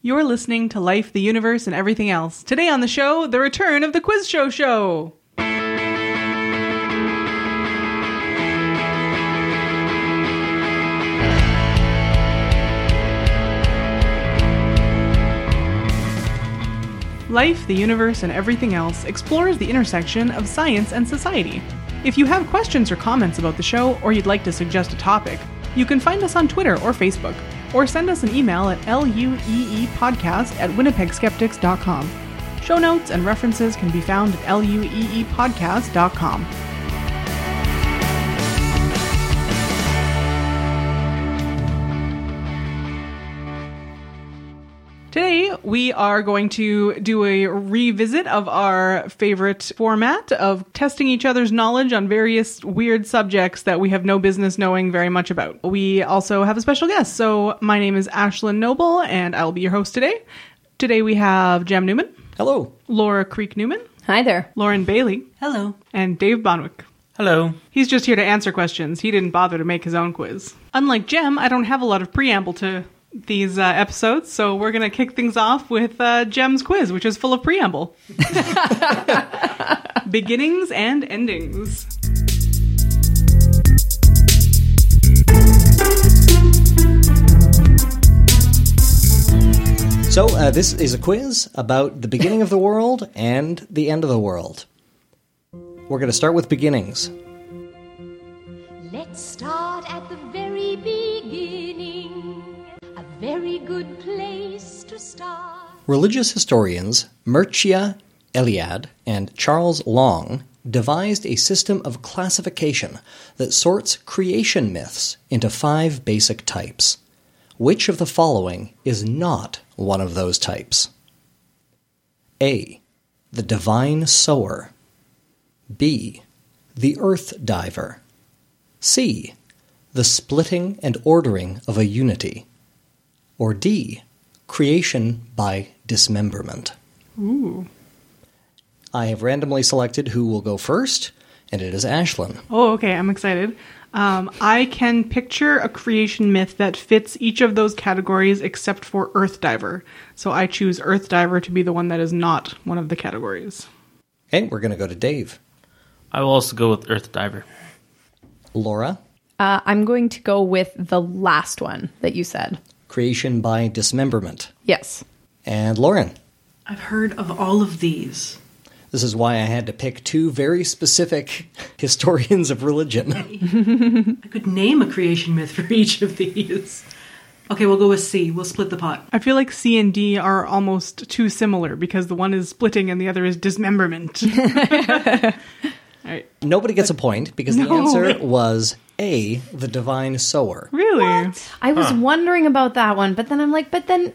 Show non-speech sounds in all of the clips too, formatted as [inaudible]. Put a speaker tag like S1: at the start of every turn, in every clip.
S1: You're listening to Life, the Universe, and Everything Else. Today on the show, the return of the Quiz Show Show. Life, the Universe, and Everything Else explores the intersection of science and society. If you have questions or comments about the show, or you'd like to suggest a topic, you can find us on Twitter or Facebook, or send us an email at lueepodcast E at winnipegskeptics.com. Show notes and references can be found at E lueepodcast.com. Today, we are going to do a revisit of our favorite format of testing each other's knowledge on various weird subjects that we have no business knowing very much about. We also have a special guest. So, my name is Ashlyn Noble, and I'll be your host today. Today, we have Jam Newman,
S2: Hello.
S1: Laura Creek Newman,
S3: Hi there.
S1: Lauren Bailey,
S4: Hello.
S1: and Dave Bonwick.
S2: Hello.
S1: He's just here to answer questions. He didn't bother to make his own quiz. Unlike Jem, I don't have a lot of preamble to these uh, episodes, so we're going to kick things off with uh, Jem's quiz, which is full of preamble. Beginnings and endings.
S2: So, uh, this is a quiz about the beginning of the world and the end of the world. We're going to start with beginnings.
S5: Let's start at the very beginning. A very good place to start.
S2: Religious historians Mircea Eliade and Charles Long devised a system of classification that sorts creation myths into five basic types. Which of the following is not one of those types? A. The divine sower. B. The earth diver. C. The splitting and ordering of a unity or D, creation by dismemberment.
S1: Ooh.
S2: I have randomly selected who will go first, and it is Ashlyn.
S1: Oh, okay. I'm excited. Um, I can picture a creation myth that fits each of those categories except for Earth Diver. So I choose Earth Diver to be the one that is not one of the categories.
S2: Okay, we're going to go to Dave.
S6: I will also go with Earth Diver.
S2: Laura,
S3: Uh, I'm going to go with the last one that you said.
S2: creation by dismemberment.
S3: Yes.
S2: And Lauren,
S4: I've heard of all of these.
S2: this is why I had to pick two very specific [laughs] historians of religion.
S4: I could name a creation myth [laughs] for each of these. Okay, we'll go with C. We'll split the pot.
S1: I feel like C and D are almost too similar because the one is splitting and the other is [laughs] dismemberment. All right.
S2: Nobody gets a point because the answer was A, the divine sower.
S1: Really?
S3: I was wondering about that one, but then I'm like, but then,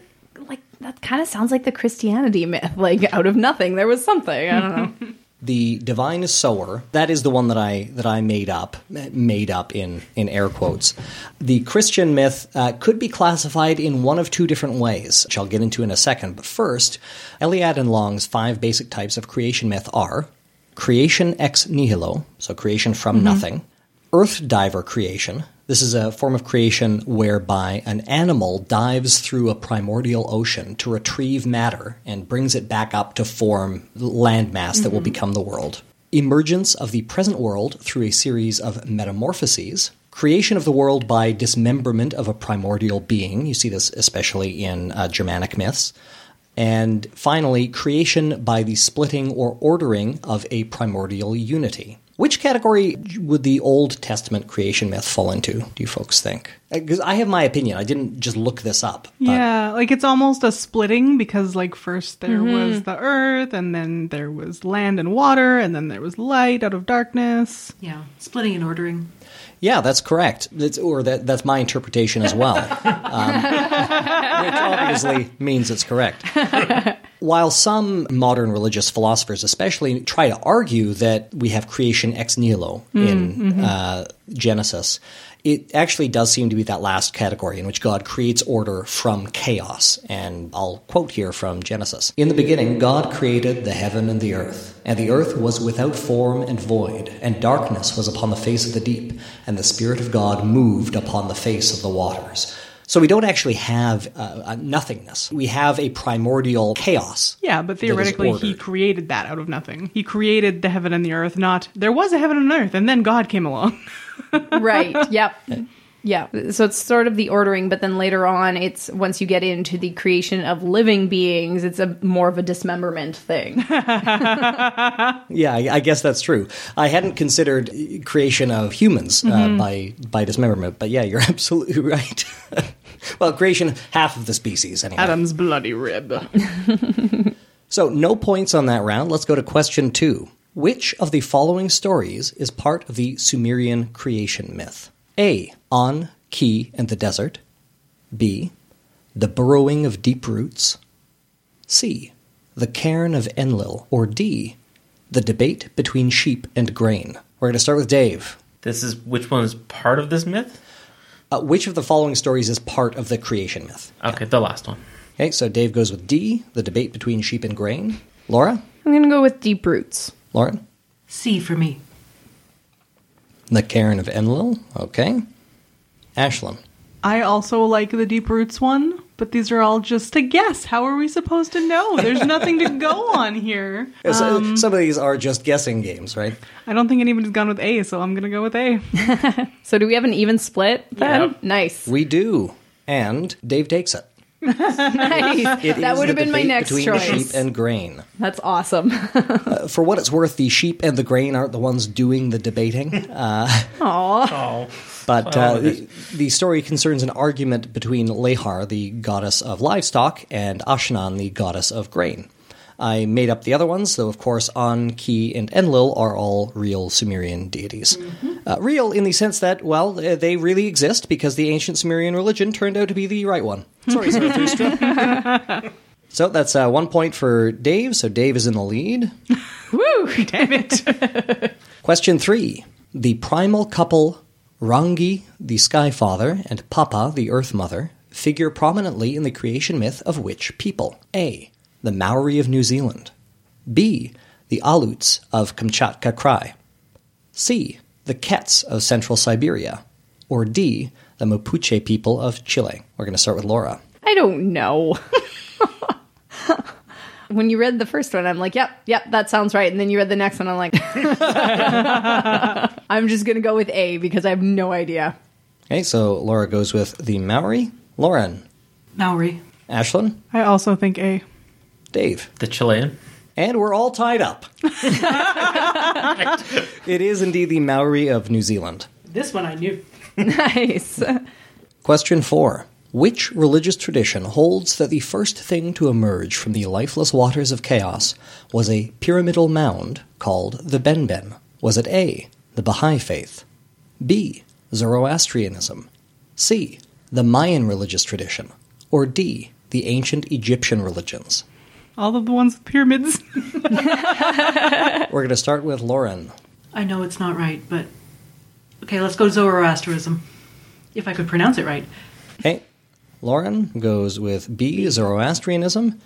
S3: like, that kind of sounds like the Christianity myth. [laughs] Like, out of nothing, there was something. I don't know.
S2: the divine sower that is the one that i that i made up made up in in air quotes the christian myth uh, could be classified in one of two different ways which i'll get into in a second but first eliade and long's five basic types of creation myth are creation ex nihilo so creation from nothing earth diver creation this is a form of creation whereby an animal dives through a primordial ocean to retrieve matter and brings it back up to form landmass that will become the world. Emergence of the present world through a series of metamorphoses. Creation of the world by dismemberment of a primordial being. You see this especially in uh, Germanic myths. And finally, creation by the splitting or ordering of a primordial unity. Which category would the Old Testament creation myth fall into, do you folks think? Because I have my opinion. I didn't just look this up. But
S1: Yeah, like it's almost a splitting because like first there was the earth and then there was land and water and then there was light out of darkness.
S4: Yeah, splitting and ordering.
S2: yeah, that's correct. That's, or that, that's my interpretation as well, um, which obviously means it's correct. While some modern religious philosophers, especially, try to argue that we have creation ex nihilo in uh, Genesis, it actually does seem to be that last category in which God creates order from chaos. And I'll quote here from Genesis In the beginning, God created the heaven and the earth. And the earth was without form and void, and darkness was upon the face of the deep, and the Spirit of God moved upon the face of the waters. So we don't actually have uh, a nothingness. We have a primordial chaos.
S1: Yeah, but
S2: is
S1: theoretically, he
S2: ordered.
S1: created that out of nothing. He created the heaven and the earth, not there was a heaven and an earth, and then God came along.
S3: right. Yep. Yeah. So it's sort of the ordering, but then later on, it's once you get into the creation of living beings, it's a more of a dismemberment thing. [laughs]
S2: Yeah, I I guess that's true. I hadn't considered uh, creation of humans uh, by by dismemberment, but yeah, you're [laughs] absolutely right. [laughs] well, creation of half of the species
S1: [laughs]
S2: anyway.
S1: Adam's bloody rib.
S2: So, no points on that round. Let's go to question 2. Which of the following stories is part of the Sumerian creation myth? A. On, Ki, and the Desert. B. The Burrowing of Deep Roots. C. The Cairn of Enlil. Or D. The Debate Between Sheep and Grain. We're going to start with Dave.
S6: This is which one is part of this myth?
S2: Uh, which of the following stories is part of the creation myth?
S6: Okay, the last one.
S2: Okay, so Dave goes with D. The Debate Between Sheep and Grain. Laura?
S3: I'm going to go with deep roots.
S2: Lauren?
S4: C for me.
S2: The Cairn of Enlil. Okay. Ashlyn.
S1: [laughs] I also like the Deep Roots one, but these are all just a guess. How are we supposed to know? There's nothing to [laughs] go on here.
S2: So- uh,
S3: Um,
S2: some of these are just guessing games, right?
S1: I don't think anybody's gone with A, so I'm going to go with A.
S3: So do we have an even split then?
S6: Yep.
S3: Nice.
S2: We do. And Dave takes it.
S3: nice.
S2: It
S3: [laughs] that
S2: is
S3: would have
S2: the
S3: been my
S2: debate
S3: next
S2: between
S3: choice.
S2: the sheep and grain.
S3: That's awesome. [laughs]
S2: Uh, For what it's worth, the sheep and the grain aren't the ones doing the debating, uh,
S3: Aw.
S6: Oh,
S2: but
S6: Well,
S2: uh, the, the story concerns an argument between Lehar, the goddess of livestock, and Ashnan, the goddess of grain. I made up the other ones, though, of course, An, Ki, and Enlil are all real Sumerian deities. Uh, real in the sense that, well, th- they really exist because the ancient Sumerian religion turned out to be the right one. Sorry, Zarathustra. [laughs] so that's uh, one point for Dave, so Dave is in the lead.
S1: Woo! Damn it.
S2: Question three. The primal couple, Rangi, the Sky Father, and Papa, the Earth Mother, figure prominently in the creation myth of which people? A. The Maori of New Zealand. B. The Aleuts of Kamchatka Krai. C. The Kets of Central Siberia. Or D. The Mapuche people of Chile. We're going to start with Laura.
S3: I don't know. when you read the first one, I'm like, yep, yep, that sounds right. And then you read the next one, I'm like, [laughs] I'm just going to go with A because I have no idea.
S2: Okay, so Laura goes with the Maori. Lauren,
S4: Maori.
S2: Ashlyn,
S1: I also think A.
S2: Dave.
S6: the Chilean.
S2: And we're all tied up. it is indeed the Maori of New Zealand.
S4: This one I knew.
S3: Nice.
S2: Question four Which religious tradition holds that the first thing to emerge from the lifeless waters of chaos was a pyramidal mound called the Benben? Was it A, the Baha'i faith? B, Zoroastrianism? C, the Mayan religious tradition? Or D, the ancient Egyptian religions?
S1: All of the ones with
S3: [laughs]
S1: pyramids.
S2: We're going to start with Lauren.
S4: I know it's not right, but okay, let's go Zoroastrianism. If I could pronounce it right.
S2: Okay. Lauren goes with B, Zoroastrianism.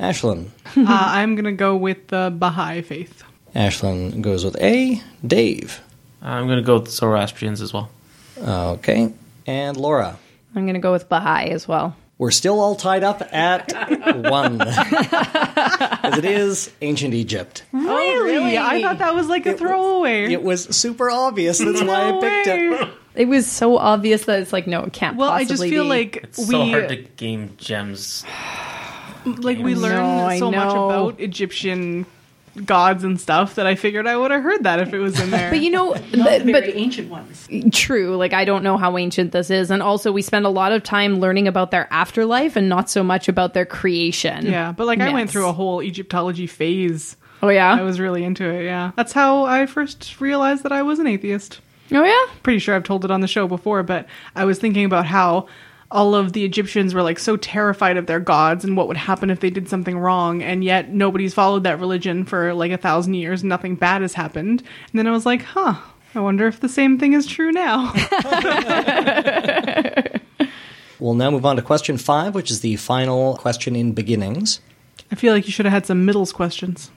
S2: Ashlyn.
S1: uh, I'm going to go with the Baha'i faith.
S2: Ashlyn goes with A, Dave.
S6: I'm gonna go with Zoroastrians as well.
S2: Okay. And Laura.
S3: I'm going to go with Baha'i as well.
S2: We're still all tied up
S1: [laughs]
S2: at one. As it is ancient Egypt.
S1: Oh, Really? I thought that was like a throwaway.
S2: It was super obvious. That's why I
S1: No
S2: picked
S1: way.
S2: it.
S3: It was so obvious that it's like, no, it can't
S1: Well, I just
S3: possibly
S1: feel
S3: be.
S1: like
S6: It's
S1: we
S6: so hard to game gems.
S1: like we
S6: No,
S1: learn
S3: I
S1: so much
S3: know.
S1: about Egyptian gods and stuff that I figured I would have heard that if it was in
S3: [laughs]
S1: there.
S3: But
S1: [laughs]
S3: you know,
S4: Not
S3: th-
S4: the
S3: but
S4: very ancient ones.
S3: true like i don't know how ancient this is and also we spend a lot of time learning about their afterlife and not so much about their creation
S1: yeah, but like I went
S3: Yes.
S1: through a whole Egyptology phase.
S3: oh yeah
S1: I was really into it, yeah. That's how I first realized that I was an atheist.
S3: oh yeah
S1: Pretty sure I've told it on the show before, but I was thinking about how all of the Egyptians were like so terrified of their gods and what would happen if they did something wrong, and yet nobody's followed that religion for like a thousand years, nothing bad has happened. And then I was like, huh, I wonder if the same thing is true now. [laughs]
S2: We'll now move on to question five, which is the final question in beginnings.
S1: I feel like you should have had some middles questions.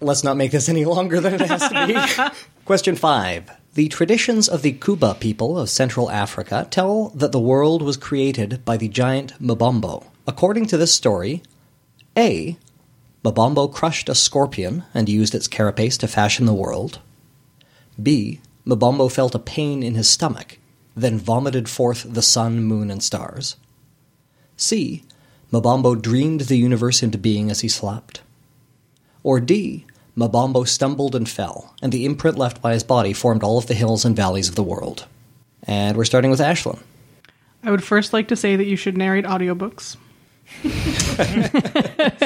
S2: Let's not make this any longer than it has to be. Question five. The traditions of the Kuba people of Central Africa tell that the world was created by the giant Mbombo. According to this story, A. Mbombo crushed a scorpion and used its carapace to fashion the world. B. Mbombo felt a pain in his stomach, then vomited forth the sun, moon, and stars. C. Mbombo dreamed the universe into being as he slept. Or D. Mbombo stumbled and fell, and the imprint left by his body formed all of the hills and valleys of the world. And we're starting with Ashlyn.
S1: I would first like to say that you should narrate audiobooks.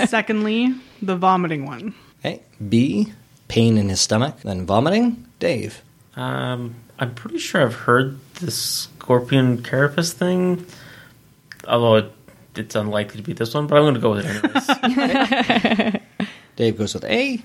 S1: [laughs] Secondly, the vomiting one.
S2: Okay. B. Pain in his stomach, then vomiting. Dave.
S6: Um, I'm pretty sure I've heard the scorpion carapace thing, although it, it's unlikely to be this one. But I'm going to go with it anyways.
S2: Dave goes with A.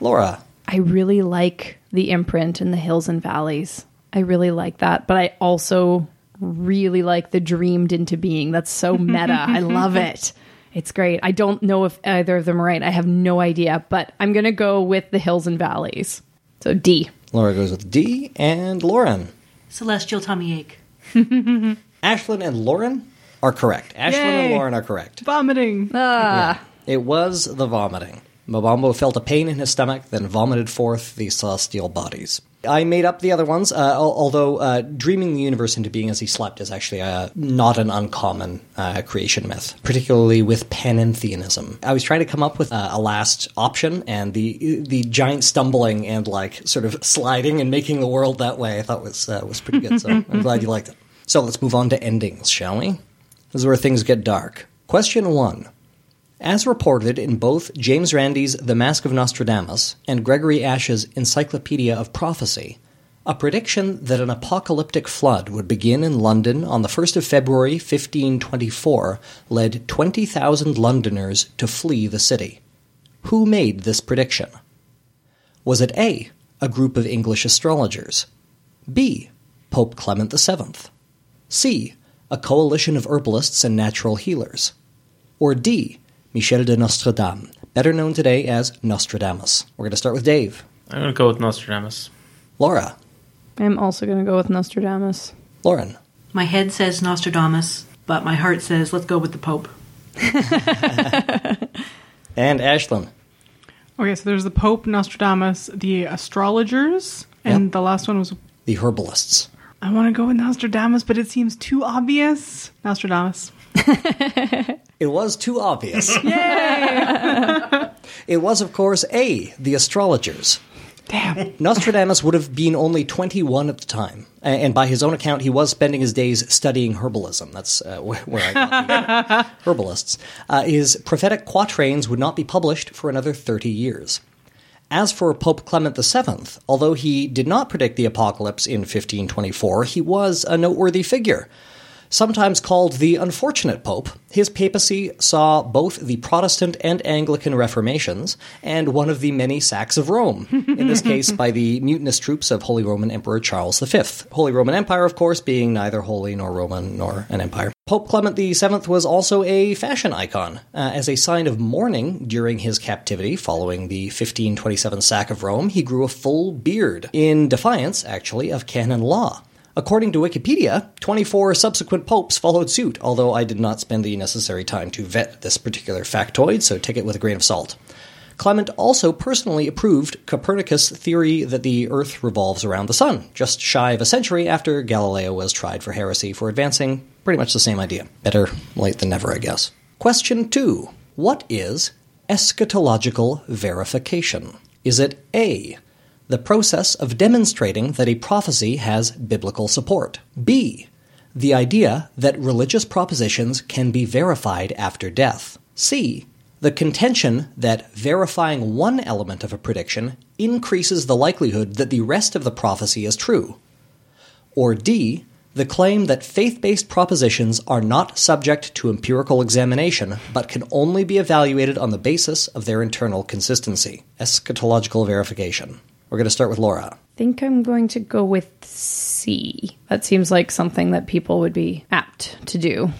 S2: Laura.
S3: I really like the imprint in the hills and valleys. I really like that, but I also really like the dreamed into being. That's [laughs] so meta. I love it. It's great. I don't know if either of them are right. I have no idea, but I'm going to go with the hills and valleys. So D.
S2: Laura goes with D. And Lauren.
S4: Celestial tummy ache.
S2: Ashlyn and Lauren are correct. Ashlyn and
S1: Yay.
S2: Lauren are correct.
S1: Vomiting.
S2: It was the vomiting. Mabombo felt a pain in his stomach, then vomited forth the celestial bodies. I made up the other ones, uh, al- although uh, dreaming the universe into being as he slept is actually uh, not an uncommon uh, creation myth, particularly with panentheism. I was trying to come up with uh, a last option, and the the giant stumbling and like sort of sliding and making the world that way, I thought was uh, was pretty good. So I'm glad you liked it. So let's move on to endings, shall we? This is where things get dark. Question one. As reported in both James Randi's The Mask of Nostradamus and Gregory Ashe's Encyclopedia of Prophecy, a prediction that an apocalyptic flood would begin in London on the 1st of February 1524 led 20,000 Londoners to flee the city. Who made this prediction? Was it A, a group of English astrologers? B, Pope Clement VII? C, a coalition of herbalists and natural healers? or D, Michel de Nostradam, better known today as Nostradamus. We're going to start with Dave.
S6: I'm going to go with Nostradamus.
S2: Laura,
S3: I'm also going to go with Nostradamus.
S2: Lauren,
S4: My head says Nostradamus, but my heart says let's go with the Pope.
S2: and Ashlyn.
S1: Okay, so there's the Pope, Nostradamus, the astrologers, and
S2: Yep.
S1: the last one was
S2: The herbalists.
S1: I want to go with Nostradamus, but it seems too obvious. Nostradamus.
S2: It was too obvious. Yay! [laughs] it was, of course, A, the astrologers.
S1: [laughs] Damn.
S2: Nostradamus would have been only 21 at the time, a- and by his own account, he was spending his days studying herbalism. That's uh, wh- where I got the herbalists. Uh, his prophetic quatrains would not be published for another 30 years. As for Pope Clement VII, although he did not predict the apocalypse in 1524, he was a noteworthy figure. Sometimes called the unfortunate Pope, his papacy saw both the Protestant and Anglican Reformations and one of the many sacks of Rome, in this case by the mutinous troops of Holy Roman Emperor Charles V. Holy Roman Empire, of course, being neither holy nor Roman nor an empire. Pope Clement VII was also a fashion icon. Uh, as a sign of mourning during his captivity following the 1527 sack of Rome, he grew a full beard, in defiance, actually, of canon law. According to Wikipedia, 24 subsequent popes followed suit, although I did not spend the necessary time to vet this particular factoid, so take it with a grain of salt. Clement also personally approved Copernicus' theory that the Earth revolves around the Sun, just shy of a century after Galileo was tried for heresy for advancing pretty much the same idea. Better late than never, I guess. Question 2 What is eschatological verification? Is it A, the process of demonstrating that a prophecy has biblical support. B. The idea that religious propositions can be verified after death. C. The contention that verifying one element of a prediction increases the likelihood that the rest of the prophecy is true. Or D. The claim that faith based propositions are not subject to empirical examination, but can only be evaluated on the basis of their internal consistency. Eschatological verification. We're going to start with Laura.
S3: think I'm going to go with C. That seems like something that people would be apt to do.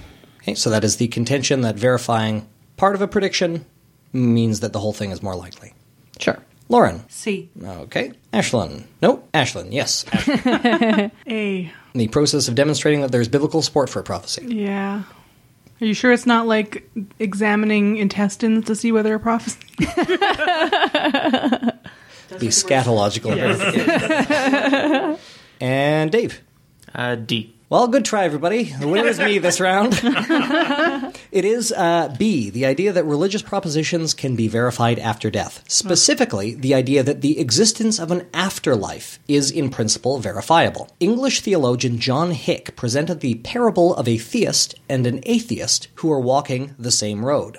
S2: Okay, so that is the contention that verifying part of a prediction means that the whole thing is more likely.
S3: Sure.
S2: Lauren.
S4: C.
S2: Okay. Ashlyn. No, Ashlyn. Yes. Ashlyn.
S1: A.
S2: the process of demonstrating that there's biblical support for a prophecy.
S1: Yeah. Are you sure it's not like examining intestines to see whether a prophecy?
S2: Be scatological. And Dave.
S6: Uh, D.
S2: Well, good try, everybody. The winner is me this round. it is uh, B, the idea that religious propositions can be verified after death. Specifically, the idea that the existence of an afterlife is, in principle, verifiable. English theologian John Hick presented the parable of a theist and an atheist who are walking the same road.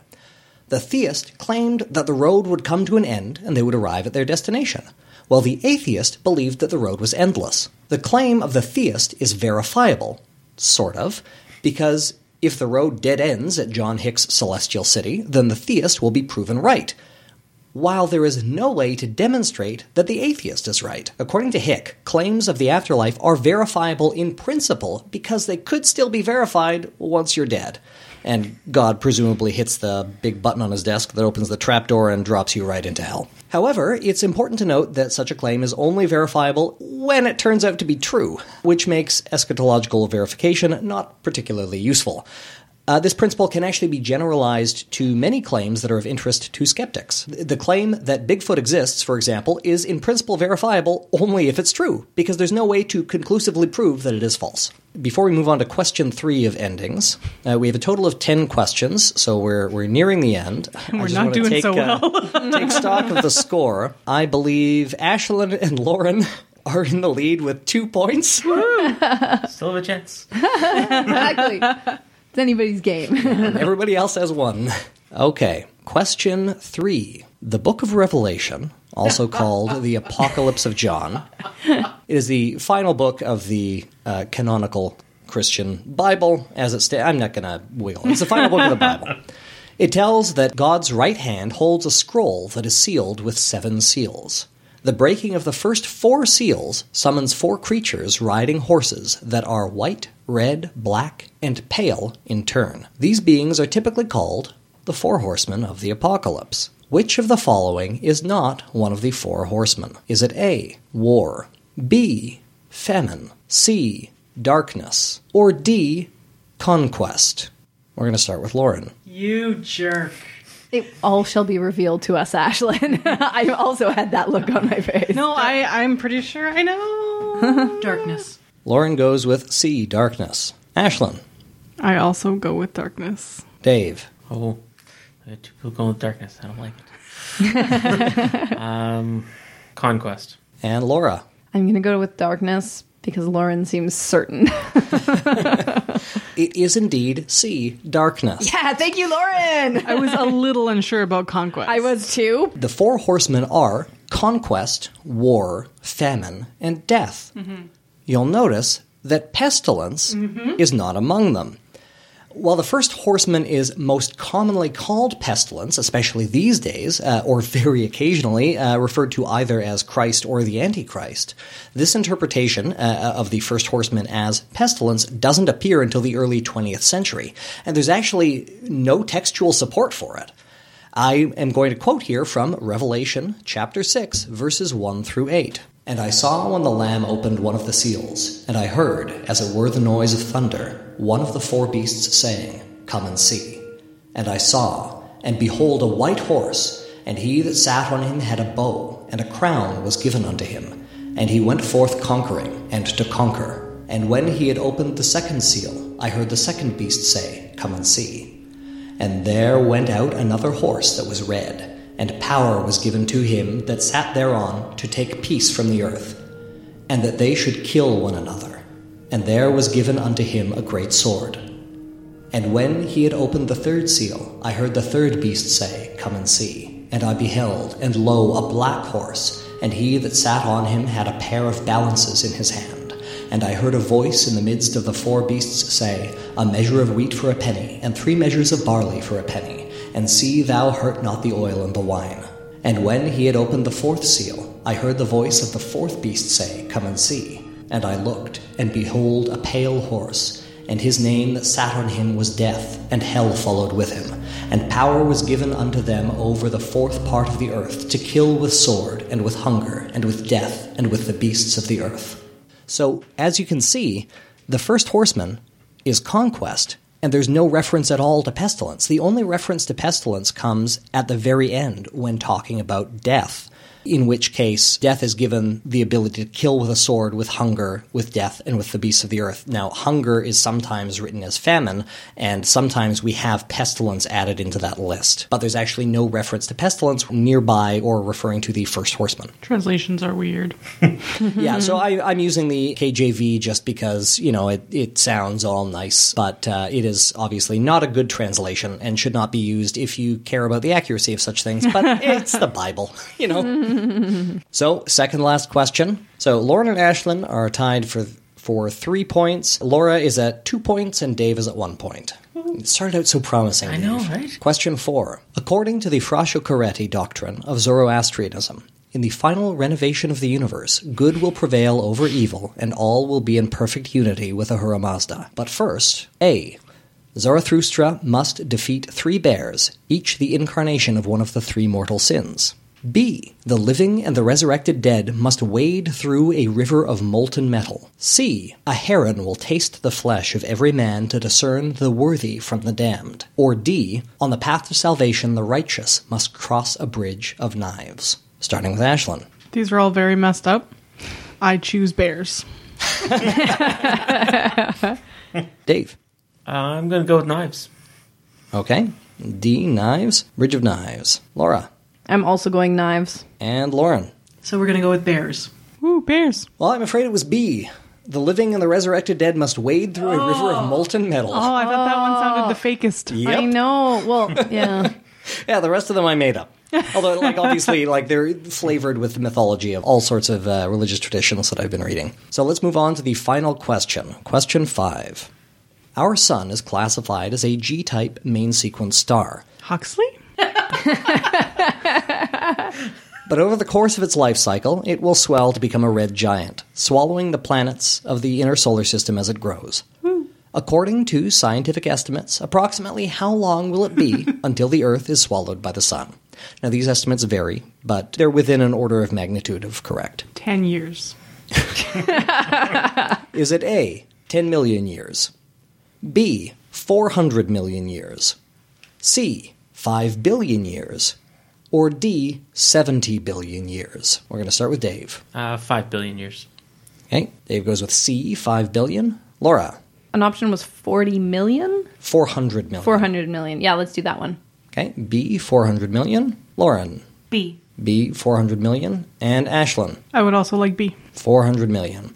S2: The theist claimed that the road would come to an end and they would arrive at their destination, while the atheist believed that the road was endless. The claim of the theist is verifiable, sort of, because if the road dead ends at John Hick's celestial city, then the theist will be proven right, while there is no way to demonstrate that the atheist is right. According to Hick, claims of the afterlife are verifiable in principle because they could still be verified once you're dead. And God presumably hits the big button on his desk that opens the trapdoor and drops you right into hell. However, it's important to note that such a claim is only verifiable when it turns out to be true, which makes eschatological verification not particularly useful. Uh, this principle can actually be generalized to many claims that are of interest to skeptics. Th- The claim that Bigfoot exists, for example, is in principle verifiable only if it's true, because there's no way to conclusively prove that it is false. Before we move on to question three of endings, uh, we have a total of 10 questions, so we're, we're nearing the end. [laughs] I
S1: We're
S2: just
S1: not
S2: wanna
S1: doing so
S2: [laughs] uh, take stock of the score. I believe Ashlyn and Lauren [laughs] are in the lead with two points.
S6: Still have a chance.
S3: [laughs] Exactly. [laughs] it's anybody's game.
S2: And Everybody else has one. Okay. Question three. The Book of Revelation, also called the Apocalypse of John, it is the final book of the uh, canonical Christian Bible. As it stands, I'm not going to wiggle. It's the final book of the Bible. It tells that God's right hand holds a scroll that is sealed with seven seals. The breaking of the first four seals summons four creatures riding horses that are white, red, black, and pale in turn. These beings are typically called the Four Horsemen of the Apocalypse. Which of the following is not one of the Four Horsemen? Is it A. War, B. Famine, C. Darkness, or D. Conquest? We're going to start with Lauren.
S4: You jerk.
S3: it all shall be revealed to us, Ashlyn. [laughs] I also had that look on my face.
S1: No, I I'm pretty sure I know.
S4: Darkness.
S2: Lauren goes with C. Darkness. Ashlyn,
S1: I also go with darkness.
S2: Dave,
S6: Oh, I got two people going with darkness. I don't like it. um, conquest.
S2: and Laura.
S3: I'm going to go with darkness because Lauren seems certain.
S2: It is indeed C. Darkness.
S3: [laughs] yeah, thank you, Lauren.
S1: I
S2: [laughs]
S1: was a little unsure about conquest.
S3: I was too.
S2: The four horsemen are conquest, war, famine, and death. You'll notice that pestilence is not among them. While the first horseman is most commonly called pestilence, especially these days, uh, or very occasionally uh, referred to either as Christ or the Antichrist, this interpretation uh, of the first horseman as pestilence doesn't appear until the early 20th century, and there's actually no textual support for it. I am going to quote here from Revelation chapter 6, verses 1 through 8. And I saw when the Lamb opened one of the seals, and I heard, as it were the noise of thunder, one of the four beasts saying, Come and see. And I saw, and behold, a white horse, and he that sat on him had a bow, and a crown was given unto him. And he went forth conquering, and to conquer. And when he had opened the second seal, I heard the second beast say, Come and see. And there went out another horse that was red, and power was given to him that sat thereon to take peace from the earth, and that they should kill one another. And there was given unto him a great sword. And when he had opened the third seal, I heard the third beast say, Come and see. And I beheld, and lo, a black horse, and he that sat on him had a pair of balances in his hand. And I heard a voice in the midst of the four beasts say, A measure of wheat for a penny, and three measures of barley for a penny, and see thou hurt not the oil and the wine. And when he had opened the fourth seal, I heard the voice of the fourth beast say, Come and see. And I looked, and behold, a pale horse, And his name that sat on him was death, and hell followed with him. And power was given unto them over the fourth part of the earth to kill with sword, and with hunger, and with death, and with the beasts of the earth. So, as you can see, the first horseman is conquest, and there's no reference at all to pestilence. The only reference to pestilence comes at the very end when talking about death, in which case, death is given the ability to kill with a sword, with hunger, with death, and with the beasts of the earth. Now, hunger is sometimes written as famine, and sometimes we have pestilence added into that list, but there's actually no reference to pestilence nearby or referring to the first horseman.
S1: Translations are weird.
S2: Yeah, so I, I'm using the KJV just because you know it, it sounds all nice, but uh, it is obviously not a good translation and should not be used if you care about the accuracy of such things. But it's the Bible, you know. so, second last question. So, Lauren and Ashlyn are tied for for three points. Laura is at two points, and Dave is at one point. It started out so promising.
S6: I know,
S2: Dave.
S6: right?
S2: Question four. According to the Frasciacoreti doctrine of Zoroastrianism, in the final renovation of the universe, good will prevail over evil, and all will be in perfect unity with Ahura Mazda. But first, A. Zarathustra must defeat three bears, each the incarnation of one of the three mortal sins. B. The living and the resurrected dead must wade through a river of molten metal. C. A heron will taste the flesh of every man to discern the worthy from the damned. Or D. On the path of salvation, the righteous must cross a bridge of knives. Starting with Ashlyn.
S1: These are all very messed up. I choose bears.
S2: Dave.
S6: Uh, I'm going to go with knives.
S2: Okay. D. Knives. Bridge of Knives. Laura.
S3: I'm also going knives.
S2: And Lauren.
S4: So we're going to go with bears.
S1: Woo, bears.
S2: Well, I'm afraid it was B. The living and the resurrected dead must wade through a river of molten metal.
S1: Oh, I thought that one sounded
S3: Oh.
S1: the fakest.
S2: Yep.
S3: I know. Well, yeah.
S2: Yeah, the rest of them I made up. Although, like, obviously, like they're flavored with the mythology of all sorts of uh, religious traditions that I've been reading. So let's move on to the final question. Question five. Our sun is classified as a G-type main sequence star,
S1: [laughs] Huxley?
S2: but over the course of its life cycle, it will swell to become a red giant, swallowing the planets of the inner solar system as it grows. According to scientific estimates, approximately how long will it be until the Earth is swallowed by the sun? Now, these estimates vary, but they're within an order of magnitude of correct.
S1: 10 years.
S2: Is it A, 10 million years? B, 400 million years? C, 5 billion years? Or D, 70 billion years? We're going to start with Dave.
S6: Uh, five billion years.
S2: Okay, Dave goes with C, 5 billion. Laura,
S3: An option was 40 million?
S2: 400 million.
S3: 400 million. Yeah, let's do that one.
S2: Okay, B, 400 million. Lauren,
S4: B.
S2: B, 400 million. And Ashlyn,
S1: I would also like B.
S2: 400 million.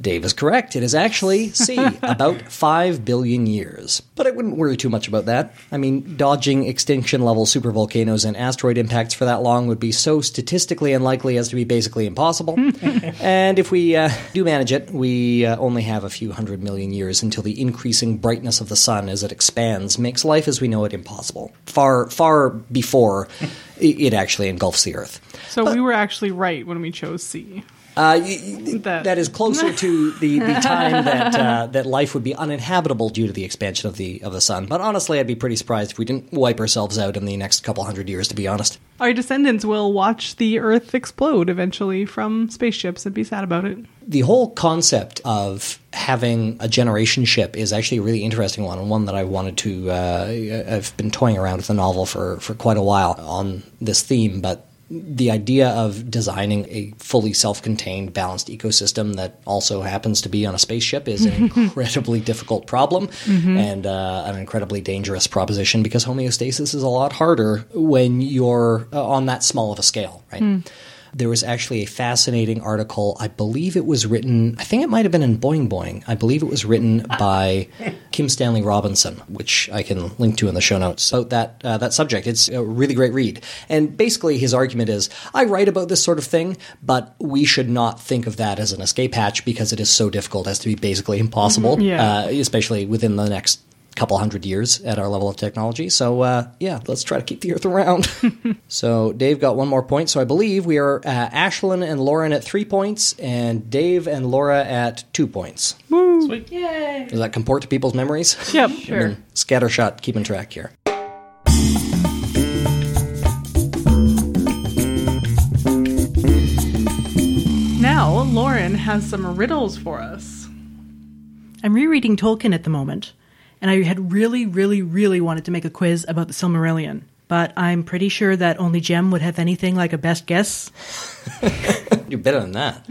S2: Dave is correct. It is actually C, about 5 billion years. But I wouldn't worry too much about that. I mean, dodging extinction level supervolcanoes and asteroid impacts for that long would be so statistically unlikely as to be basically impossible. and if we uh, do manage it, we uh, only have a few hundred million years until the increasing brightness of the sun as it expands makes life as we know it impossible. Far, far before i- it actually engulfs the Earth.
S1: So we were actually right when we chose C.
S2: Uh, y- y-
S1: That-
S2: that is closer to the, the time that uh, that life would be uninhabitable due to the expansion of the of the sun. But honestly, I'd be pretty surprised if we didn't wipe ourselves out in the next couple hundred years. To be honest,
S1: Our descendants will watch the Earth explode eventually from spaceships and be sad about it.
S2: the whole concept of having a generation ship is actually a really interesting one, and one that I wanted to. Uh, I've been toying around with the novel for for quite a while on this theme, but the idea of designing a fully self-contained balanced ecosystem that also happens to be on a spaceship is an incredibly difficult problem and uh, an incredibly dangerous proposition because homeostasis is a lot harder when you're uh, on that small of a scale right there was actually a fascinating article. I believe it was written, I think it might have been in Boing Boing. I believe it was written by Kim Stanley Robinson, which I can link to in the show notes about that, uh, that subject. It's a really great read. And basically, his argument is I write about this sort of thing, but we should not think of that as an escape hatch because it is so difficult as to be basically impossible,
S1: Yeah.
S2: uh, especially within the next couple hundred years at our level of technology. So, uh, yeah, let's try to keep the Earth around. So Dave got one more point. So I believe we are uh, Ashlyn and Lauren at three points, and Dave and Laura at two points. Woo!
S6: Sweet.
S4: Yay!
S2: Does that comport to people's memories?
S1: Yep.
S3: Sure.
S2: Scattershot, keeping track here.
S1: Now, Lauren has some riddles for us.
S4: I'm rereading Tolkien at the moment, and I had really, really, really wanted to make a quiz about the Silmarillion, but I'm pretty sure that only Jem would have anything like a best guess.
S2: You're better than that.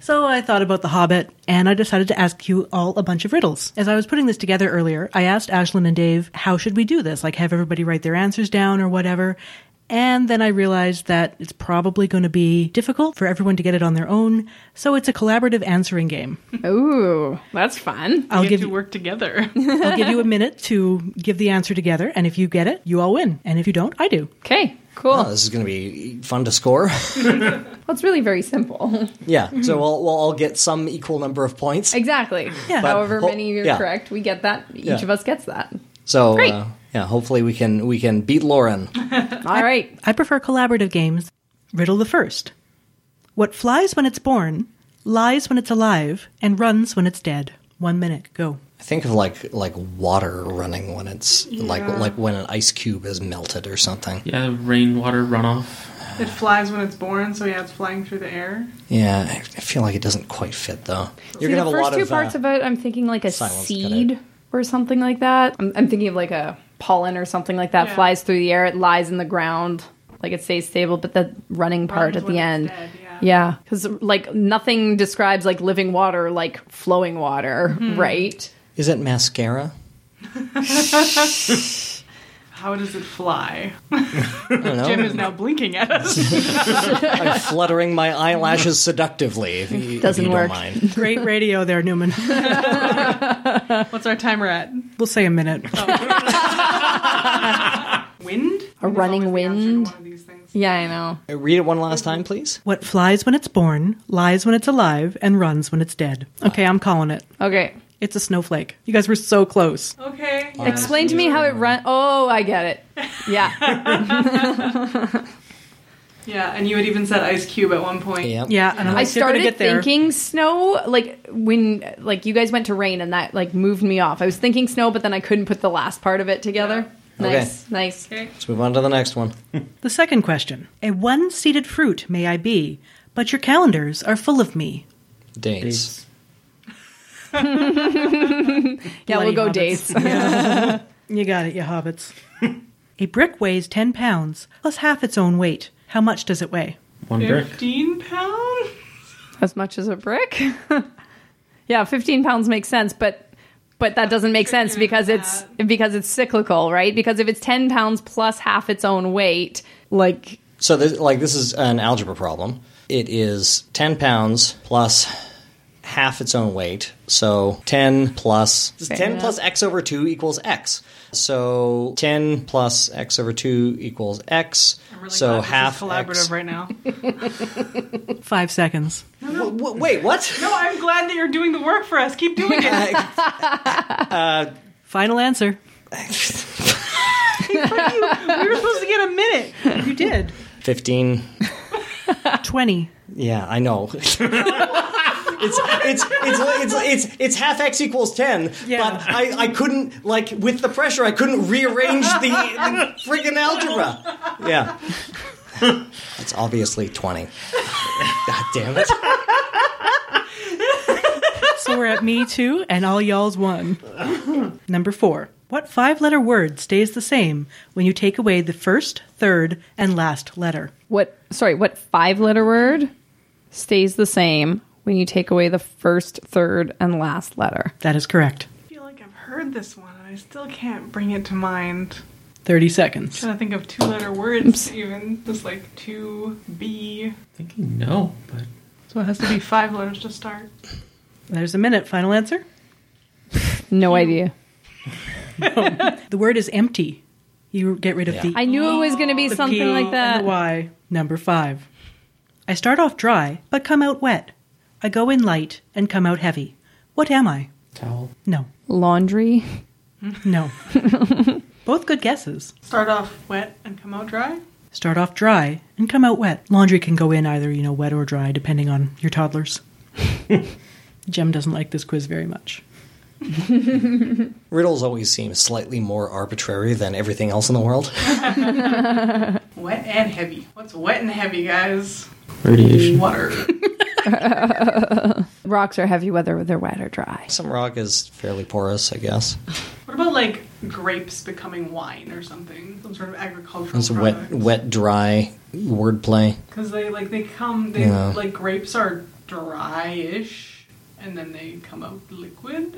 S4: So I thought about The Hobbit, and I decided to ask you all a bunch of riddles. As I was putting this together earlier, I asked Ashlyn and Dave, how should we do this? Like, have everybody write their answers down or whatever. And then I realized that it's probably going to be difficult for everyone to get it on their own, so it's a collaborative answering game.
S3: Ooh, that's fun.
S4: I'll
S1: we
S4: give
S1: get
S4: you-
S1: to work together.
S4: I'll give you a minute to give the answer together, and if you get it, you all win. And if you don't, I do.
S3: [laughs] Okay, cool.
S2: Oh, [laughs] this is going to be fun to score. [laughs]
S3: Well, it's really very simple.
S2: yeah, so we'll, we'll all get some equal number of points.
S3: exactly.
S4: Yeah. But
S3: However
S2: ho-
S3: many you're
S2: yeah.
S3: correct, we get that. Each
S2: Yeah.
S3: of us gets that.
S2: So
S3: Great.
S2: uh, yeah, hopefully we can we can beat Lauren.
S3: All right.
S4: I prefer collaborative games. Riddle the first. What flies when it's born, lies when it's alive, and runs when it's dead? One minute, go.
S2: I think of like like water running when it's like like when an ice cube is melted or something.
S6: Yeah, rainwater runoff.
S1: it flies when it's born, so yeah, it's flying through the air.
S2: Yeah, I, I feel like it doesn't quite fit though. You're
S3: See,
S2: gonna have
S3: the first
S2: a lot
S3: two
S2: of
S3: parts
S2: uh,
S3: of it, I'm thinking like a
S2: silence
S3: seed or something like that. I'm, I'm thinking of like a pollen or something like that
S1: Yeah.
S3: flies through the air. It lies in the ground, like it stays stable. But the running part
S1: Runs
S3: at
S1: when
S3: the
S1: it's
S3: end,
S1: dead, yeah.
S3: yeah, because like nothing describes like living water like flowing water,
S1: Hmm.
S3: right?
S2: is it mascara?
S1: How does it fly?
S2: I
S3: Oh.
S2: don't know.
S1: Jim is now blinking at
S3: [laughs]
S1: us. [laughs]
S2: I'm fluttering my eyelashes seductively. If you,
S3: Doesn't
S2: if you
S3: work.
S2: Don't mind.
S4: Great radio there, Newman. [laughs]
S1: What's our timer at?
S4: we'll say a minute.
S1: Wind?
S3: A running wind. Yeah, I know.
S2: Read it one last time, please.
S4: What flies when it's born, lies when it's alive, and runs when it's dead? Okay, I'm calling it.
S3: Okay,
S4: It's a snowflake. You guys were so close.
S1: Okay.
S3: explain to me how
S2: um,
S3: it run. Oh, I get it. Yeah,
S1: Yeah, and you had even said Ice Cube at one point.
S2: Yeah.
S4: Yeah, and I'm
S3: I
S4: like, "You're gonna
S3: started
S4: get there.
S3: thinking snow, like when like you guys went to rain, and that like moved me off. I was thinking snow, but then I couldn't put the last part of it together.
S2: Okay.
S3: Nice, nice.
S2: Let's move on to the next one.
S4: The second question A one seated fruit may I be, but your calendars are full of me.
S2: Dates.
S3: Yeah,
S4: Bloody
S3: we'll go
S4: hobbits.
S3: days. [laughs]
S4: You got it, you hobbits. [laughs] a brick weighs 10 pounds plus half its own weight. How much does it weigh?
S6: One brick.
S1: 15 pound?
S3: as much as a brick. [laughs] yeah, fifteen pounds makes sense, but but that doesn't make sense because it's because it's cyclical, right? Because if it's ten pounds plus half its own weight, like
S2: So, this, like, this is an algebra problem. It is 10 pounds plus half its own weight. So, 10 plus. 10
S3: enough.
S2: plus x over 2 equals x. So, 10 plus x over 2 equals x. so, half.
S1: collaborative
S2: x-
S1: right now.
S4: Five seconds.
S2: W- w- wait, what?
S1: [laughs] No, I'm glad that you're doing the work for us. Keep doing it.
S4: Final answer.
S1: we were supposed to get a minute. [laughs]
S4: You did.
S2: 15.
S4: 20.
S2: Yeah, I know. it's, it's, it's, it's, it's, it's half x equals 10,
S4: Yeah.
S2: but I, I couldn't, like, with the pressure, I couldn't rearrange the, the friggin' algebra. Yeah. It's obviously 20. God damn it.
S4: So we're at me too, and all y'all's one. Number four. What five letter word stays the same when you take away the first, third, and last letter?
S3: what? Sorry, what five letter word stays the same when you take away the first, third, and last letter?
S4: That is correct.
S1: I feel like I've heard this one and I still can't bring it to mind.
S4: 30 seconds.
S1: trying to think of two letter words, even. Just like two, B.
S6: Thinking no, but
S1: So it has to be five letters to start.
S4: There's a minute. Final answer.
S3: No idea.
S4: The word is empty. You get rid of
S2: Yeah.
S4: the
S3: I knew it was going to be
S4: the
S3: something
S4: P
S3: like
S4: and
S3: that.
S4: the Y. Number five. I start off dry, but come out wet. I go in light and come out heavy. What am I?
S6: towel.
S4: No,
S3: Laundry. [laughs]
S4: no. Both good guesses.
S1: Start off wet and come out dry.
S4: Start off dry and come out wet. Laundry can go in either,
S3: [laughs]
S4: you know, wet or dry, depending on your toddlers. Jem doesn't like this quiz very much.
S2: Riddles always seem slightly more arbitrary than everything else in the world.
S1: Wet and heavy. What's wet and heavy, guys?
S6: Radiation.
S1: Water.
S3: Rocks are heavy whether they're wet or dry.
S2: Some rock is fairly porous, I guess.
S1: [laughs] What about like grapes becoming wine or something? Some sort of agricultural.
S2: It's wet, wet, dry wordplay.
S1: Because they like they come. They
S2: Yeah.
S1: like grapes are dryish, and then they come out liquid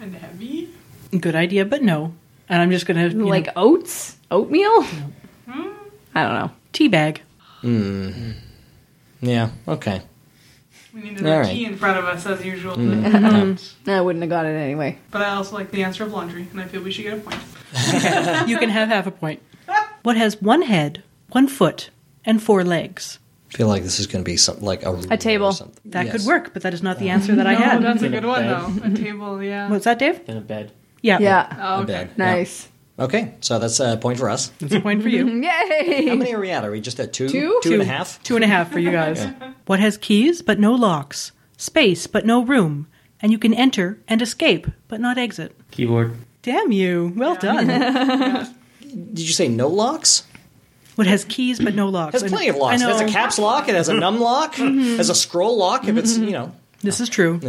S1: and heavy.
S4: Good idea, but no. And I'm just gonna you
S3: like
S4: like know,
S3: oats, oatmeal.
S1: Hmm?
S3: I don't know.
S4: teabag.
S2: Hmm. Yeah. Okay.
S1: We need another
S2: All right.
S1: tea in front of us as usual. um,
S3: I wouldn't have got it anyway.
S1: But I also like the answer of laundry, and I feel we should get a point.
S4: You can have half
S3: [laughs]
S4: a point. What has one head, one foot, and four legs?
S2: feel like this is going to be something like a, ruler
S3: table.
S2: or something.
S4: That
S2: Yes.
S4: could work, but that is not the answer that I
S1: No,
S4: had.
S1: that's a
S6: In a
S1: good one though.
S6: bed.
S1: A table, [laughs] yeah.
S4: [laughs] What's that, Dave?
S6: In a bed.
S4: Yeah.
S3: Yeah.
S1: oh,
S2: Not
S1: okay.
S2: bad. Yeah.
S3: Nice.
S2: Okay, so that's a point for
S4: [laughs]
S2: us.
S4: That's a point for you.
S2: How
S3: Yay!
S2: many are we at? Are we just at two?
S3: Two?
S2: Two and a half?
S4: Two and a half for you guys. What has keys but no locks, space but no room, and you can enter and escape but not exit?
S6: Keyboard.
S4: Damn you.
S1: [laughs]
S4: Well done.
S2: Did you say no locks?
S4: what has keys but no locks?
S2: It has plenty of locks.
S4: I
S2: It has
S4: know.
S2: a caps lock. It has a num lock.
S4: Mm-hmm.
S2: It has a scroll lock. If it's you know,
S4: This is true. [laughs]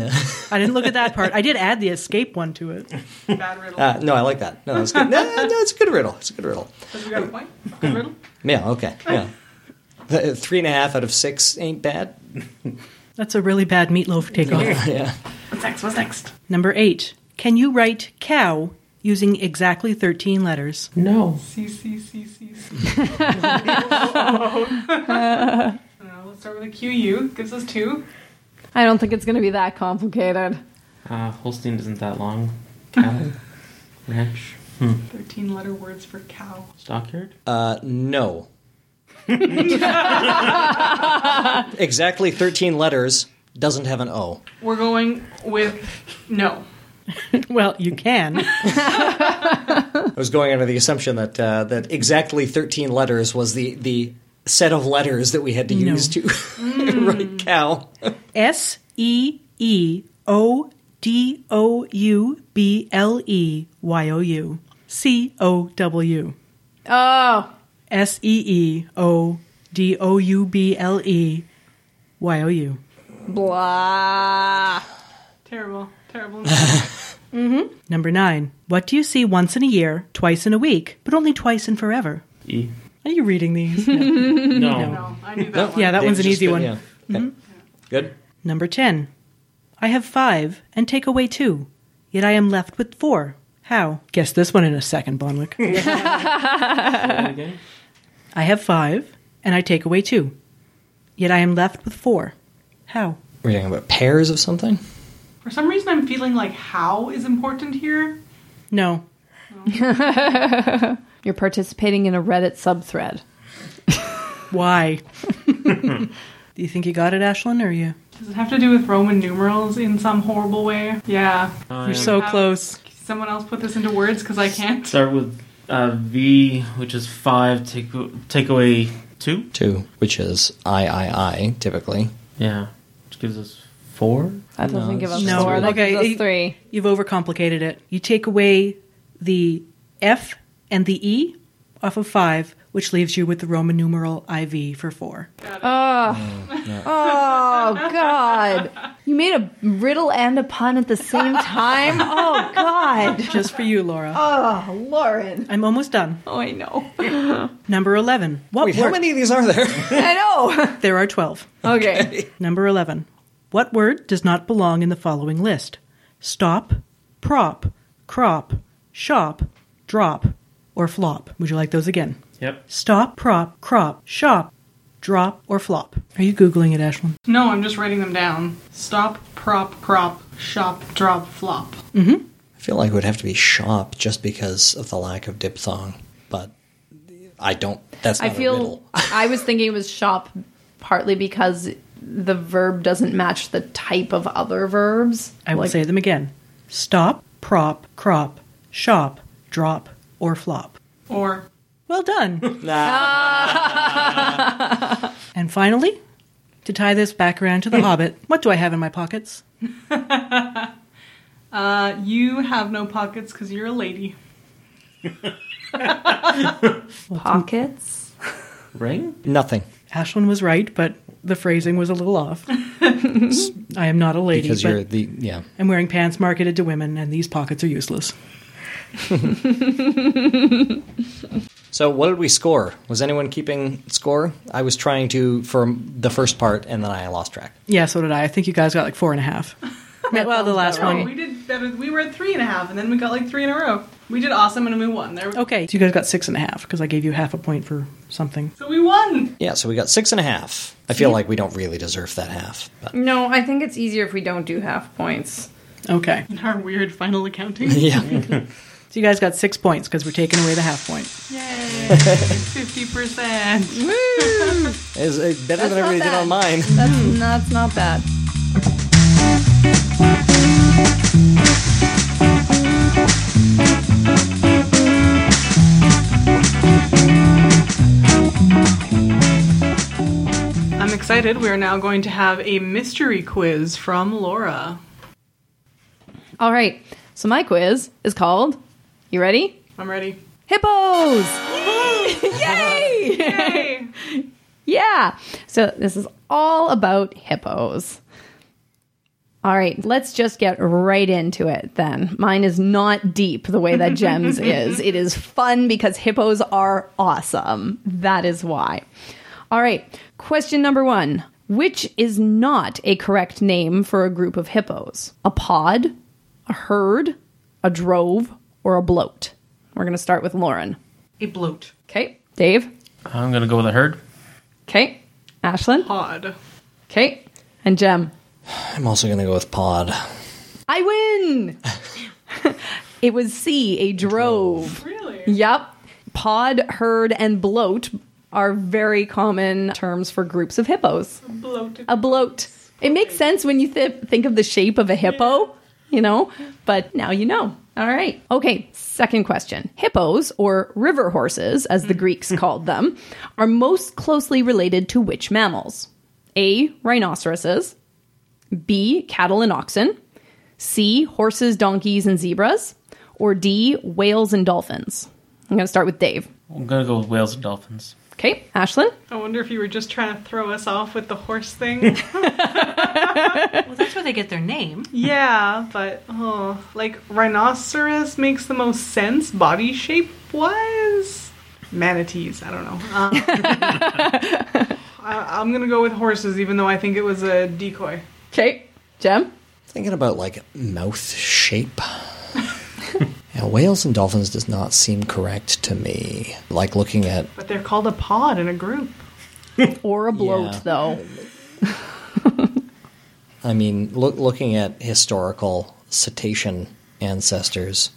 S4: I didn't look at that part. I did add the escape one to it.
S1: Bad riddle.
S2: uh,
S4: Mm-hmm.
S2: no, I like that. No, that's
S4: [laughs]
S2: good. no, no, it's a good riddle. It's a good riddle.
S1: Have we got a point? Good riddle.
S2: Yeah. Okay. Yeah. Th- Three and a half out of six ain't bad. [laughs]
S4: That's a really bad meatloaf takeoff.
S2: Yeah.
S1: What's next? What's next?
S4: Number eight. Can you write cow using exactly 13 letters? [laughs]
S6: No.
S1: C C C C [laughs] C. Uh, Let's start with a Q U. Gives us two.
S3: I don't think it's going to be that complicated.
S6: Uh, Holstein isn't that long. Cow. [laughs] Ranch.
S1: Thirteen letter words for cow.
S6: Stockyard.
S2: Uh,
S4: [laughs]
S2: no. exactly thirteen letters doesn't have an O.
S1: We're going with no.
S4: Well, you can.
S2: I was going under the assumption that uh, that exactly thirteen letters was the the set of letters that we had to use to [laughs]
S3: Mm.
S2: write cow.
S4: S E E O D O U B L E Y O U C O W.
S3: Oh,
S4: S E E O D O U B L E Y O U.
S3: blah.
S1: Terrible. Terrible.
S4: Number nine. What do you see once in a year, twice in a week, but only twice in forever?
S6: E.
S4: Are you reading these? No.
S6: No.
S1: No, I knew that
S4: [laughs]
S2: No.
S1: one.
S4: Yeah, that
S2: They've
S4: one's an
S2: just
S4: easy
S2: been-
S4: one.
S2: yeah. Okay. Good.
S4: Number 10. I have five and take away two, yet I am left with four. How? Guess this one in a second, Bonwick.
S6: Again?
S4: I have five and I take away two, yet I am left with four. How?
S2: We're talking about pairs of something.
S1: For some reason, I'm feeling like how is important here.
S4: No.
S3: You're participating in a Reddit sub thread.
S4: Why? [laughs] Do you think you got it, Ashlyn, or you?
S1: Does it have to do with Roman numerals in some horrible way? Yeah.
S4: [laughs]
S6: Uh,
S4: You're so
S1: How-
S4: close.
S1: Someone else put this into words because I can't.
S6: Start with uh, V, which is five. Take take away two.
S2: Two, which is I I I typically.
S6: Yeah, which gives us four.
S3: That doesn't
S2: No,
S3: give
S2: it's
S3: us
S2: just
S3: four.
S2: three.
S3: That
S4: Okay,
S3: gives us
S4: it-
S3: three.
S4: You've overcomplicated it. You take away the F and the E off of five, which leaves you with the Roman numeral IV for four.
S3: Oh [laughs] God! You made a riddle and a pun at the same time. [laughs] Oh God!
S4: Just for you, Laura.
S3: Oh Lauren!
S4: I'm almost done.
S3: Oh, I know.
S4: Number 11. What
S2: Wait,
S4: word?
S2: how many of these are [laughs] there?
S3: I know.
S4: There are 12.
S3: Okay.
S4: Number 11. What word does not belong in the following list? Stop, prop, crop, shop, drop, or flop. Would you like those again?
S6: Yep.
S4: Stop, prop, crop, shop, drop, or flop. Are you Googling it, Ashlyn?
S1: No, I'm just writing them down. Stop, prop, crop, shop, drop, flop.
S2: I feel like it would have to be shop just because of the lack of diphthong, but I don't. That's
S3: I
S2: not a
S3: feel
S2: riddle.
S3: [laughs] I was thinking it was shop partly because the verb doesn't match the type of other verbs.
S4: I will
S3: Like,
S4: say them again. Stop, prop, crop, shop, drop, or flop.
S1: Or
S4: Well done. and finally, to tie this back around to the Hobbit, what do I have in my pockets?
S1: Uh, you have no pockets because you're a lady.
S3: Pockets.
S6: Ring?
S2: Nothing.
S4: Ashlyn was right, but the phrasing was a little off. I am not a lady,
S2: Because
S4: but
S2: you're the. Yeah.
S4: I'm wearing pants marketed to women, and these pockets are useless.
S2: So what did we score? Was anyone keeping score? I was trying to for the first part, and then I lost track.
S4: Yeah, so did I. I think you guys got like four and a half. [laughs] well, the last
S1: Oh,
S4: one.
S1: we did better. We were at three and a half, and then we got like three in a row. We did awesome, and we won. There.
S4: Okay, so you guys got six and a half because I gave you half a point for something.
S1: So we won.
S2: Yeah, so we got six and a half. I feel like we don't really deserve that half. But
S3: No, I think it's easier if we don't do half points.
S4: Okay,
S1: In our weird final accounting.
S2: yeah, [laughs]
S4: so you guys got six points because we're taking away the half point.
S1: Yay! Fifty percent.
S2: it's uh, better than everybody did on mine.
S3: [laughs] That's, that's not bad.
S1: I'm excited. We are now going to have a mystery quiz from Laura.
S3: All right. So my quiz is called. You ready?
S1: I'm ready.
S3: Hippos. [laughs] Yay!
S1: Yay!
S3: Yeah. So this is all about hippos. All right, let's just get right into it then. Mine is not deep the way that Gems is. It is fun because hippos are awesome. That is why. All right, question number one Which is not a correct name for a group of hippos? A pod, a herd, a drove, or a bloat? We're going to start with Lauren.
S1: a bloat
S3: Okay, Dave.
S6: I'm going to go with a herd.
S3: Okay, Ashlyn.
S1: pod.
S3: Okay, and Gem.
S2: [laughs] I'm also gonna go with pod.
S3: I win. [laughs] it was C, a drove.
S1: Really?
S3: Yep. Pod, herd, and bloat are very common terms for groups of hippos.
S1: Bloated.
S3: A bloat. It makes sense when you th- think of the shape of a hippo, you know, but now you know. All right. Okay. Second question. Hippos, or river horses, as the Greeks called them, are most closely related to which mammals? A. Rhinoceroses. B. Cattle and oxen. C. Horses, donkeys, and zebras. Or D. Whales and dolphins. I'm going to start with Dave.
S6: I'm going to go with whales and dolphins.
S3: Okay. Ashlyn?
S1: I wonder if you were just trying to throw us off with the horse thing.
S4: Well, that's where they get their name.
S1: yeah, but oh, like rhinoceros makes the most sense body shape wise. Manatees. I don't know. Uh, I, I'm gonna go with horses, even though I think it was a decoy.
S3: Okay. Jem?
S2: Thinking about like mouth
S3: [laughs]
S2: shape. yeah, whales and dolphins does not seem correct to me. Like looking at
S1: But they're called a pod in a group.
S3: Or a bloat,
S2: Yeah.
S3: though.
S2: I mean, look, looking at historical cetacean ancestors,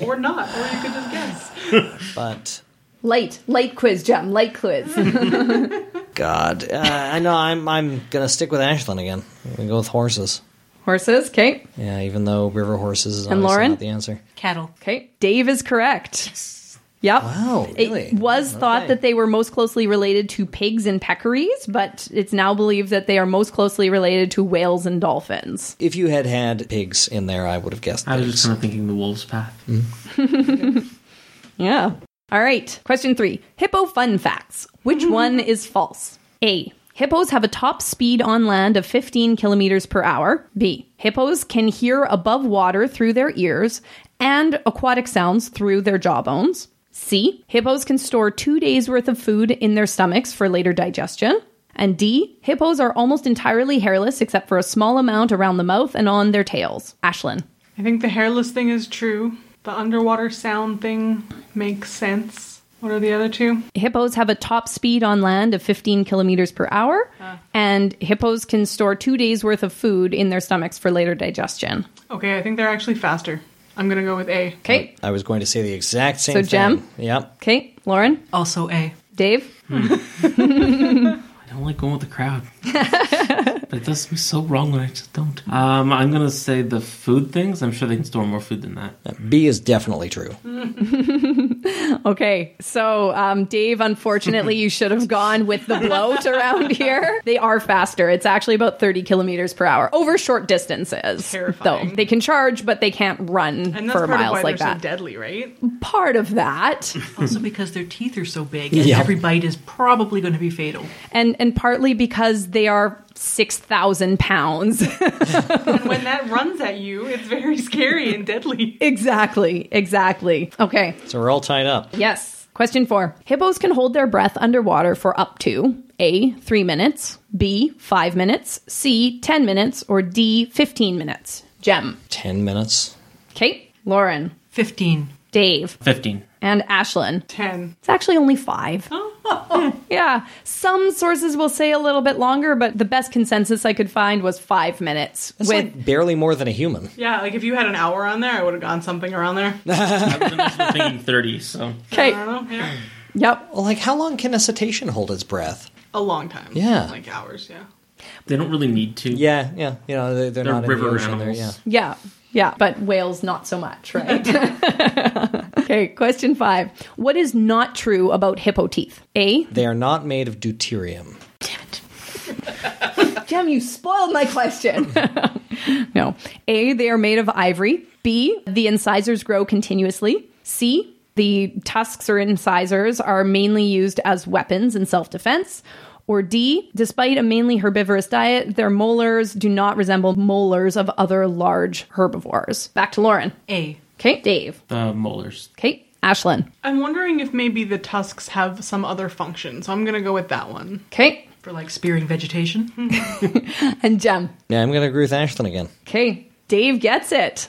S1: Or not, or you could just guess.
S2: but
S3: Light, light quiz, Jem, light quiz.
S2: God, uh, I know I'm I'm gonna stick with Ashland again. We go with horses.
S3: [laughs] Horses, okay,
S2: Yeah, even though river horses is
S3: And
S2: obviously
S3: Lauren?
S2: not the answer.
S4: Cattle.
S3: okay. Dave is correct. Yep.
S2: Wow, really?
S3: It was thought
S2: Okay.
S3: that they were most closely related to pigs and peccaries, but it's now believed that they are most closely related to whales and dolphins.
S2: If you had had pigs in there, I would have guessed
S6: I was just
S2: pigs.
S6: kind of thinking the wolves path.
S3: Yeah. All right. Question three Hippo fun facts. Which one is false? A. Hippos have a top speed on land of 15 kilometers per hour. B. Hippos can hear above water through their ears and aquatic sounds through their jawbones. C. Hippos can store two days worth of food in their stomachs for later digestion. And D. Hippos are almost entirely hairless except for a small amount around the mouth and on their tails. Ashlyn.
S1: I think the hairless thing is true. The underwater sound thing makes sense. What are the other two?
S3: hippos have a top speed on land of 15 kilometers per hour, and hippos can store two days worth of food in their stomachs for later digestion.
S1: Okay, I think they're actually faster. I'm gonna go with A.
S3: Okay.
S2: I was going to say the exact same
S3: So,
S2: thing.
S3: Jem?
S2: Yep.
S3: Okay. Lauren,
S4: Also A.
S3: Dave,
S1: Hmm.
S6: I don't like going with the crowd.
S2: [laughs]
S6: but it does seem so wrong when I just don't. Um, I'm going to say the food things. I'm sure they can store more food than that.
S2: B is definitely true.
S3: Okay, so um, Dave, unfortunately, you should have gone with the [laughs] bloat around here. They are faster. It's actually about 30 kilometers per hour over short distances.
S1: Terrifying.
S3: Though they can charge, but they can't
S1: And
S3: run
S1: that's
S3: for
S1: part of
S3: miles
S1: why
S3: like
S1: they're
S3: that.
S1: so deadly, right?
S3: part of that,
S4: Also because their teeth are so big and
S2: Yeah.
S4: every bite is probably going to be fatal.
S3: and and partly because they are six thousand pounds.
S1: and when that [laughs] runs at you, it's very scary and deadly.
S3: exactly. Exactly. Okay.
S2: So we're all tied up.
S3: Yes. Question four. Hippos can hold their breath underwater for up to A, three minutes, B, five minutes, C, 10 minutes, or D, 15 minutes. Gem.
S2: 10 minutes.
S3: Kate, Lauren,
S4: 15.
S3: Dave,
S6: 15.
S3: and Ashlyn.
S1: Ten.
S3: It's actually only five. [laughs] yeah. Some sources will say a little bit longer, but the best consensus I could find was five minutes.
S2: That's
S3: with
S2: like barely more than a human.
S1: Yeah, like if you had an hour on there, I would have gone something around
S3: [laughs]
S1: there.
S6: [laughs] I was initially thinking 30, so.
S1: I
S3: Kate.
S1: don't know. Yeah.
S3: Yep.
S2: Well, like, how long can a cetacean hold its breath?
S1: A long time.
S2: Yeah.
S1: Like hours, yeah.
S6: They don't really need to.
S2: Yeah, yeah. You know, they're, they're,
S6: They're
S2: not in
S6: river
S2: the ocean.
S6: animals.
S2: They're, yeah.
S3: Yeah. Yeah. But whales, not so much, [laughs] right? okay. Question five. What is not true about hippo teeth? A.
S2: They are not made of deuterium.
S3: Jem, you spoiled my question. [laughs] no. A, they are made of ivory. B, the incisors grow continuously. C, the tusks or incisors are mainly used as weapons in self defense. Or D, despite a mainly herbivorous diet, their molars do not resemble molars of other large herbivores. Back to Lauren.
S4: A.
S3: Okay, Dave.
S6: The molars.
S3: Okay, Ashlyn.
S1: I'm wondering if maybe the tusks have some other function, so I'm gonna go with that one.
S3: Okay,
S4: For like spearing vegetation.
S3: and Jem.
S2: Yeah, I'm going to agree with Ashlyn again.
S3: Okay, Dave gets it.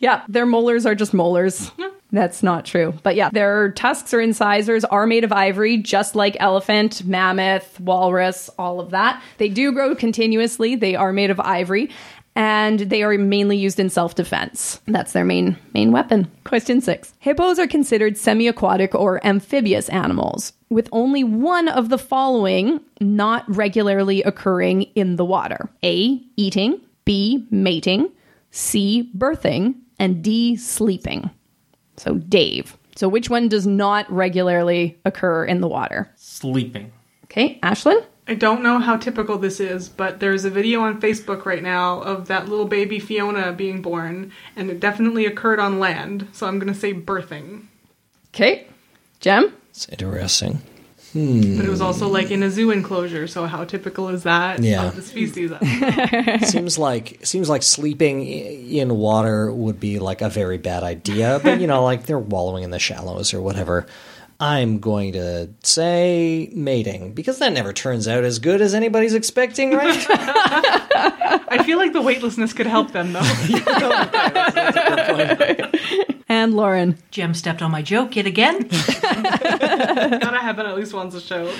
S3: yeah, their molars are just molars. That's not true. But yeah, their tusks or incisors are made of ivory, just like elephant, mammoth, walrus, all of that. They do grow continuously. They are made of ivory and they are mainly used in self-defense. That's their main main weapon. Question 6. Hippos are considered semi-aquatic or amphibious animals, with only one of the following not regularly occurring in the water. A, eating, B, mating, C, birthing, and D, sleeping. So, Dave. So, which one does not regularly occur in the water?
S6: Sleeping.
S3: Okay, Ashlyn?
S1: I don't know how typical this is, but there's a video on Facebook right now of that little baby Fiona being born, and it definitely occurred on land, so I'm gonna say birthing.
S3: Okay, Jem?
S2: It's interesting.
S1: But it was also like in a zoo enclosure, so how typical is that
S2: Yeah.
S1: of the species?
S2: seems like seems like sleeping i- in water would be like a very bad idea, but you know, like they're wallowing in the shallows or whatever. I'm going to say mating because that never turns out as good as anybody's expecting, right?
S1: I feel like the weightlessness could help them though.
S3: And Lauren.
S4: Jem stepped on my joke yet again.
S1: Gotta happen at least once a show.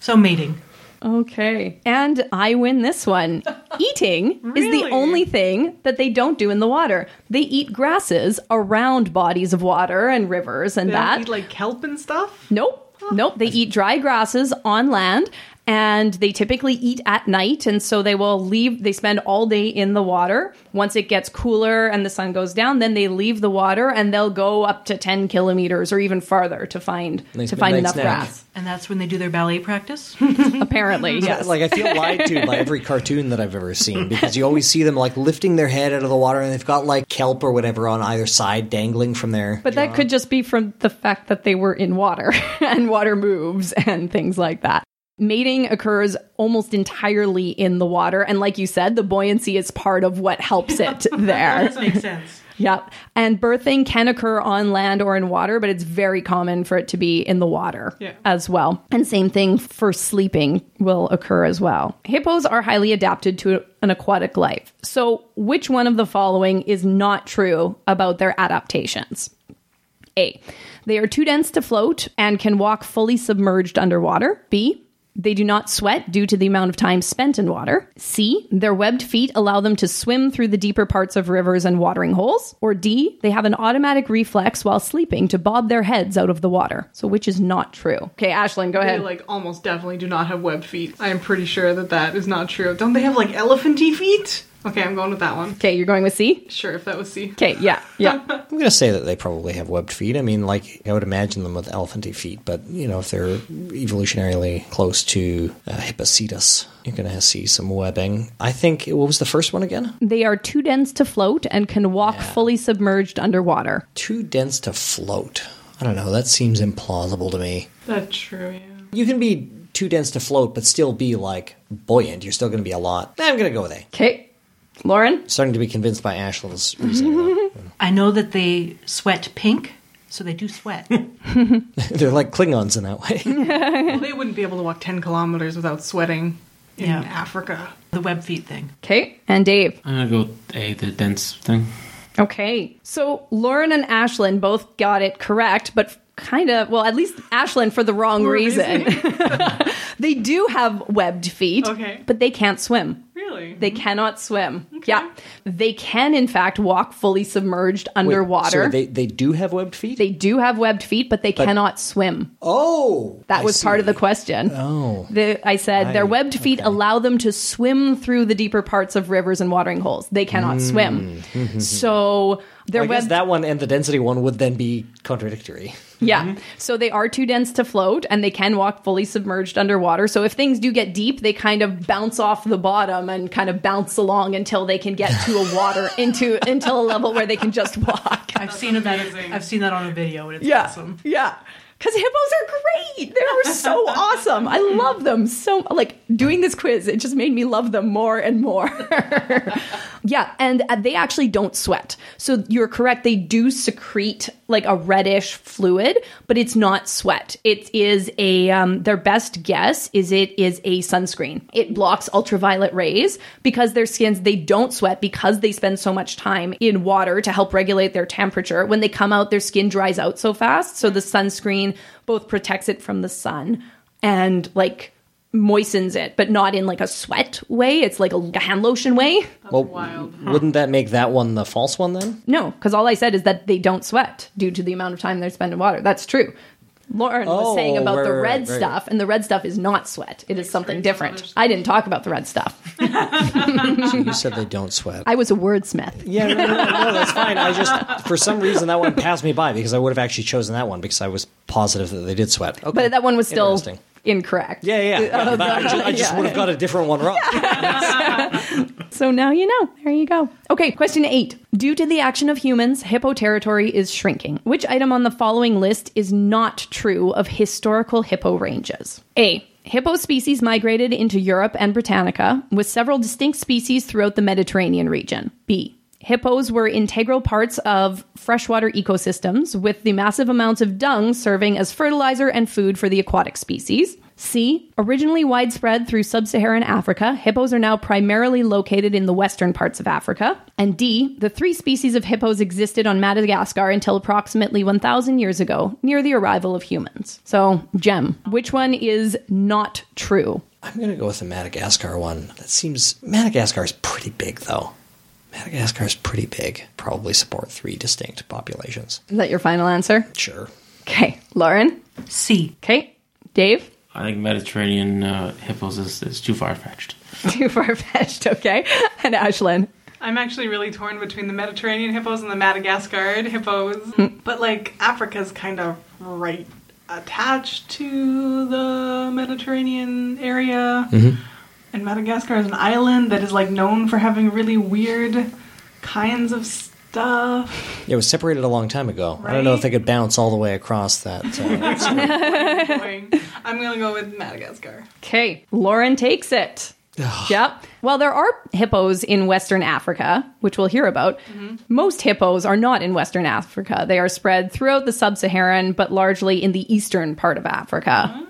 S4: So mating.
S3: Okay. And I win this one. Eating is
S1: Really?
S3: the only thing that they don't do in the water. They eat grasses around bodies of water and rivers and
S1: They don't
S3: that.
S1: eat like kelp and stuff.
S3: Nope. Nope. They eat dry grasses on land and they typically eat at night. And so they will leave, they spend all day in the water. Once it gets cooler and the sun goes down, then they leave the water and they'll go up to 10 kilometers or even farther to find,
S2: Nice
S3: to find
S2: midnight
S3: enough
S2: snack.
S3: grass.
S4: And that's when they do their ballet practice.
S3: Apparently.
S2: [laughs]
S3: yes.
S2: like I feel lied to by every cartoon that I've ever seen because you always see them like lifting their head out of the water and they've got like kelp or whatever on either side dangling from their
S3: But that could just be from the fact that they were in water [laughs] and water moves [laughs] and things like that. Mating occurs almost entirely in the water. And like you said, the buoyancy is part of what helps it there.
S4: Makes sense.
S3: yep. And birthing can occur on land or in water, but it's very common for it to be in the water
S1: Yeah.
S3: as well. And same thing for sleeping will occur as well. Hippos are highly adapted to an aquatic life. So, which one of the following is not true about their adaptations? A. They are too dense to float and can walk fully submerged underwater. B. They do not sweat due to the amount of time spent in water. C. Their webbed feet allow them to swim through the deeper parts of rivers and watering holes. Or D. They have an automatic reflex while sleeping to bob their heads out of the water. So, which is not true. Okay, Ashlyn, go
S1: They
S3: ahead.
S1: like almost definitely do not have webbed feet. I am pretty sure that that is not true. Don't they have like elephanty feet? Okay, I'm going with that one.
S3: Okay, you're going with C?
S1: Sure, if that was C.
S3: Okay, yeah, yeah.
S2: I'm going to say that they probably have webbed feet. I mean, like, I would imagine them with elephanty feet, but, you know, if they're evolutionarily close to uh, Hippocetus, you're going to see some webbing. I think, what was the first one again?
S3: They are too dense to float and can walk fully submerged underwater.
S2: Too dense to float. I don't know. That seems implausible to me.
S1: That's true, yeah.
S2: You can be too dense to float, but still be, like, buoyant. You're still going to be a lot. I'm going to go with A.
S3: Okay, Lauren?
S2: Starting to be convinced by Ashlyn's reasoning. [laughs]
S3: [laughs]
S2: though.
S4: I know that they sweat pink, so they do sweat.
S2: They're like Klingons in that way.
S1: Well, they wouldn't be able to walk 10 kilometers without sweating in
S4: Yeah.
S1: Africa.
S4: the web feet thing.
S3: Okay, and Dave.
S6: I'm gonna go with A, the dense thing.
S3: Okay. So Lauren and Ashlyn both got it correct, but kind of, well, at least Ashlyn for the wrong reason. [laughs] they do have webbed feet,
S1: Okay.
S3: but they can't swim.
S1: Really?
S3: They cannot swim. Yeah. They can, in fact, walk fully submerged [laughs] underwater.
S2: So
S3: they,
S2: they, they do have webbed feet?
S3: do have webbed feet, but they cannot swim.
S2: oh!
S3: That
S2: I
S3: was
S2: see.
S3: part of the question.
S2: Oh.
S3: The, I said their
S2: Right,
S3: webbed feet allow them to swim through the deeper parts of rivers and watering holes. They cannot
S2: Mm. [laughs]
S3: swim. so their
S2: I guess
S3: webbed
S2: that one and the density one would then be contradictory.
S3: Yeah. So they are too dense to float and they can walk fully submerged underwater. So if things do get deep, they kind of bounce off the bottom and kind of bounce along until they can get to a [laughs] water into until a level where they can just walk.
S4: I've seen that. I've seen that on a video, and it's
S3: Yeah.
S4: awesome.
S3: Yeah. Cuz hippos are great. They were so awesome. I love them so like doing this quiz it just made me love them more and more. yeah, and uh, they actually don't sweat. So you're correct, they do secrete like a reddish fluid, but it's not sweat. It is a um their best guess is it is a sunscreen. It blocks ultraviolet rays because their skins they don't sweat because they spend so much time in water to help regulate their temperature. When they come out their skin dries out so fast, so the sunscreen both protects it from the sun and like moistens it, but not in like a sweat way. It's like a hand lotion way.
S2: well, wouldn't that make that one the false one then?
S3: No, because all I said is that they don't sweat due to the amount of time they're spending in water. That's true. Lauren was
S2: Oh,
S3: saying about
S2: right,
S3: the
S2: right,
S3: red
S2: right, right.
S3: stuff, and the red stuff is not sweat. It is something different. I didn't talk about the red stuff.
S2: You said they don't sweat.
S3: I was
S2: [laughs]
S3: a wordsmith.
S2: yeah, no, no, no, no, that's fine. I just, for some reason, that one passed me by because I would have actually chosen that one because I was positive that they did sweat. Okay.
S3: But that one was still
S2: Interesting.
S3: incorrect.
S2: Yeah, yeah.
S3: [laughs]
S2: yeah.
S3: Oh,
S2: But I just, I just
S3: yeah.
S2: would have got a different one wrong.
S3: So now you know. There you go. Okay, question eight. Due to the action of humans, hippo territory is shrinking. Which item on the following list is not true of historical hippo ranges? A. Hippo species migrated into Europe and Britannica, with several distinct species throughout the Mediterranean region. B. Hippos were integral parts of freshwater ecosystems, with the massive amounts of dung serving as fertilizer and food for the aquatic species. C. Originally widespread through sub Saharan Africa, hippos are now primarily located in the western parts of Africa. And D. The three species of hippos existed on Madagascar until approximately 1,000 years ago, near the arrival of humans. So, Gem, which one is not true?
S2: [laughs] I'm going to go with the Madagascar one. That seems. Madagascar is pretty big, though. Madagascar is pretty big. Probably support three distinct populations.
S3: Is that your final answer?
S2: Sure.
S3: Okay. Lauren?
S4: C.
S3: Okay. Dave?
S6: I think Mediterranean uh, hippos is, is too far fetched.
S3: Too far fetched, okay? And Ashlyn?
S1: I'm actually really torn between the Mediterranean hippos and the Madagascar hippos. but like Africa's kind of right attached to the Mediterranean area. And Madagascar is an island that is like known for having really weird kinds of stuff.
S2: It was separated a long time ago. I don't know if they could bounce all the way across that. Uh,
S1: Going- I'm going to go with Madagascar.
S3: Okay, Lauren takes it. Yep. Well, there are hippos in Western Africa, which we'll hear about. Most hippos are not in Western Africa. They are spread throughout the sub Saharan, but largely in the eastern part of Africa,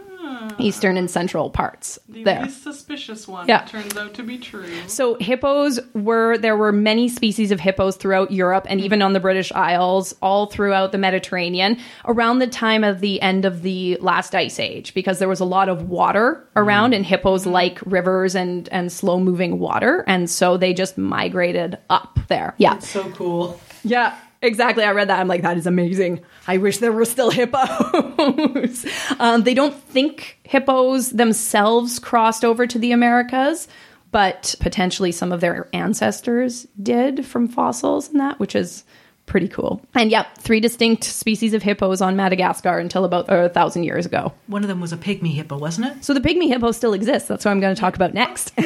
S3: eastern and central parts.
S1: The
S3: there.
S1: least suspicious one
S3: Yeah.
S1: turns out to be true.
S3: Mm-hmm. So hippos were there were many species of hippos throughout Europe and even on the British Isles, all throughout the Mediterranean around the time of the end of the last ice age because there was a lot of water around and hippos like rivers and and slow moving water and so they just migrated up there. Yeah.
S1: so cool.
S3: Yeah, exactly. I read that. I'm like, that is amazing. I wish there were still hippos. [laughs] um, they don't think hippos themselves crossed over to the Americas, but potentially some of their ancestors did from fossils and that, which is pretty cool. And yeah, three distinct species of hippos on Madagascar until about uh, a thousand years ago.
S4: One of them was a pygmy hippo, wasn't it?
S3: So the pygmy hippo still exists. That's what I'm going to talk about next. [laughs]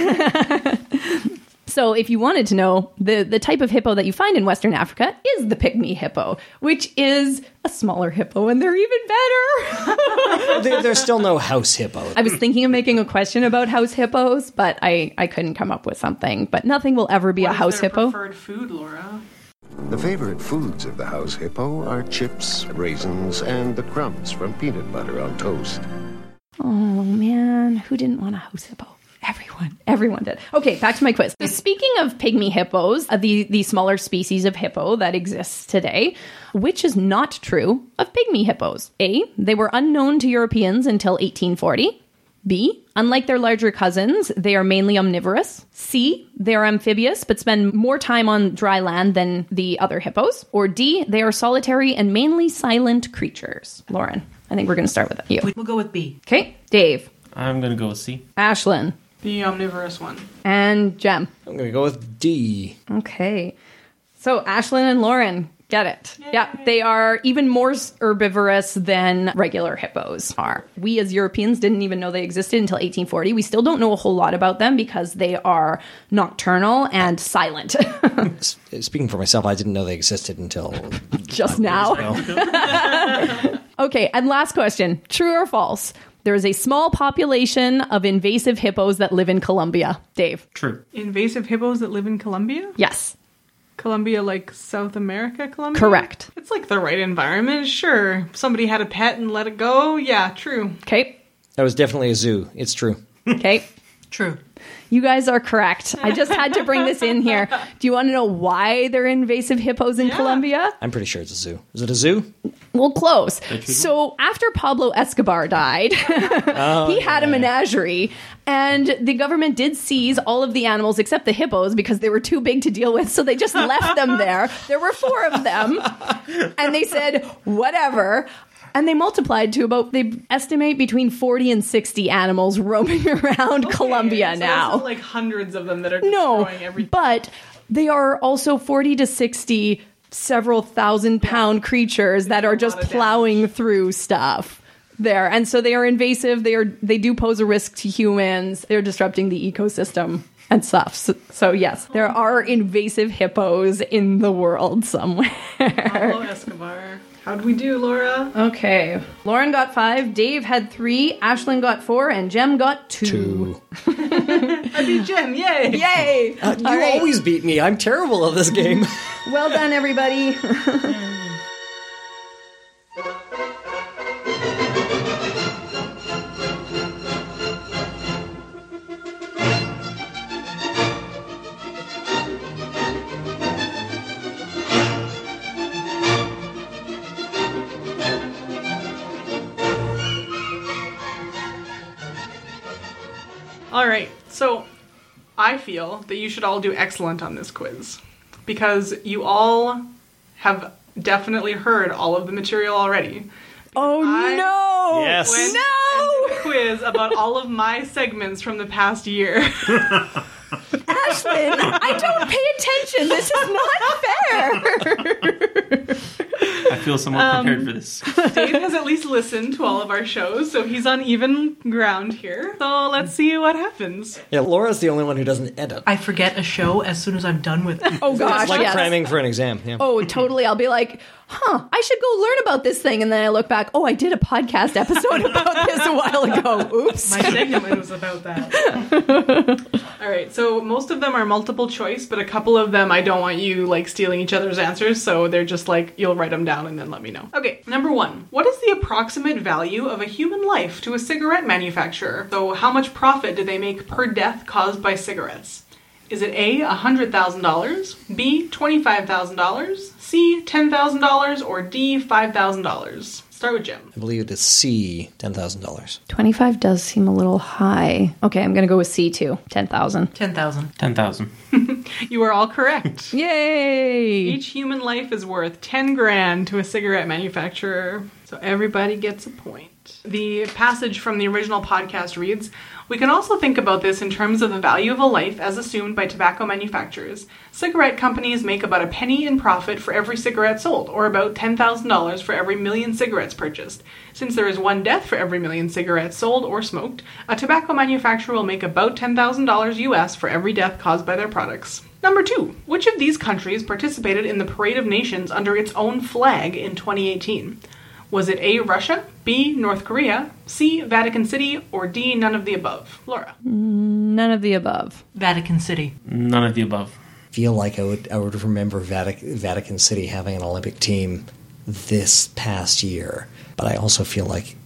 S3: so if you wanted to know, the, the type of hippo that you find in Western Africa is the pygmy hippo, which is a smaller hippo, and they're even better. [laughs]
S2: there, there's still no house hippo.
S3: I was thinking of making a question about house hippos, but I, I couldn't come up with something. But nothing will ever be a house hippo.
S1: Preferred food, Laura.
S7: The favorite foods of the house hippo are chips, raisins, and the crumbs from peanut butter on toast.
S3: Oh man, who didn't want a house hippo? Everyone, everyone did. Okay, back to my quiz. So speaking of pygmy hippos, uh, the the smaller species of hippo that exists today, which is not true of pygmy hippos. A, they were unknown to Europeans until 1840. B, unlike their larger cousins, they are mainly omnivorous. C, they are amphibious but spend more time on dry land than the other hippos. Or D, they are solitary and mainly silent creatures. Lauren, I think we're going to start with you.
S4: We- We'll go with B.
S3: Okay, Dave,
S6: I'm going to go with C.
S3: Ashlyn,
S1: The omnivorous one.
S3: and Jem.
S2: I'm going to go with D.
S3: Okay. So Ashlyn and Lauren get it. Yeah, they are even more s- herbivorous than regular hippos are. We as Europeans didn't even know they existed until 1840. We still don't know a whole lot about them because they are nocturnal and silent [laughs]
S2: S- Speaking for myself, I didn't know they existed until
S3: just now. [laughs] Okay, and last question, true or false? There is a small population of invasive hippos that live in Colombia. Dave.
S6: True.
S1: Invasive hippos that live in Colombia?
S3: Yes.
S1: Colombia, like South America, Colombia?
S3: Correct.
S1: It's like the right environment, sure. Somebody had a pet and let it go? Yeah, true.
S3: Okay.
S2: that was definitely a zoo. It's true.
S3: Okay.
S4: True.
S3: You guys are correct. I just had to bring this in here. Do you want to know why they're invasive hippos in Colombia?
S2: I'm pretty sure it's a zoo. Is it a zoo?
S3: Well, close.
S6: treat 'em?
S3: So after Pablo Escobar died, [laughs] he had a menagerie, and the government did seize all of the animals except the hippos because they were too big to deal with. So they just left them there. There were four of them, and they said whatever. And they multiplied to about they estimate between forty and sixty animals roaming [laughs] around Colombia
S1: Okay, so
S3: now.
S1: this is like hundreds of them that are
S3: No,
S1: destroying everything.
S3: but they are also 40 to 60 several thousand pound creatures that are just
S1: lot of
S3: plowing through stuff there and so they are invasive they are they do pose a risk to humans they're disrupting the ecosystem and stuff so, so yes there are invasive hippos in the world somewhere [laughs]
S1: Hello, Oh, Escobar. How'd we do, Laura?
S3: okay lauren got five dave had three ashlyn got four and jem got two,
S2: Two.
S1: I beat Jen, yay!
S3: yay
S2: Uh, You
S3: All right.
S2: always beat me. I'm terrible at this game.
S3: well done everybody
S1: All right, so I feel that you should all do excellent on this quiz because you all have definitely heard all of the material already.
S3: oh
S1: I-
S3: no
S1: When
S2: yes.
S1: I did a quiz about all of my segments from the past year.
S3: Ashlyn, I don't pay attention. This is not fair.
S6: I feel somewhat
S2: Um,
S6: prepared for this.
S1: Dave has at least listened to all of our shows, so he's on even ground here. So let's see what happens.
S2: Yeah, Laura's the only one who doesn't edit.
S4: I forget a show as soon as I'm done with it.
S3: Oh gosh,
S2: It's like
S3: yes.
S2: cramming for an exam. Yeah.
S3: Oh, totally. I'll be like, huh, I should go learn about this thing. And then I look back, oh, I did a podcast episode [laughs] about this a while ago. Oops.
S1: My segment was about that. [laughs] All right, so most of them are multiple choice, but a couple of them I don't want you like stealing each other's answers, so they're just like you'll write them down and then let me know. Okay, number 1. What is the approximate value of a human life to a cigarette manufacturer? So how much profit do they make per death caused by cigarettes? Is it A, $100,000, B, $25,000, C, $10,000, or D, $5,000? Start with Jim.
S2: I believe it is C, ten thousand dollars.
S3: 25 does seem a little high. Okay, I'm going to go with C2, 10,000.
S4: 10,000.
S6: 10,000.
S1: You are all correct.
S3: Yay.
S1: Each human life is worth 10 grand to a cigarette manufacturer. So everybody gets a point. The passage from the original podcast reads We can also think about this in terms of the value of a life as assumed by tobacco manufacturers. Cigarette companies make about a penny in profit for every cigarette sold, or about $10,000 for every million cigarettes purchased. Since there is one death for every million cigarettes sold or smoked, a tobacco manufacturer will make about $10,000 US for every death caused by their products. Number two, which of these countries participated in the Parade of Nations under its own flag in 2018? Was it A, Russia, B, North Korea, C, Vatican City, or D, none of the above? Laura.
S3: None of the above.
S4: Vatican City.
S6: None of the above.
S2: feel like I would I would remember Vatican, Vatican City having an Olympic team this past year, but I also feel like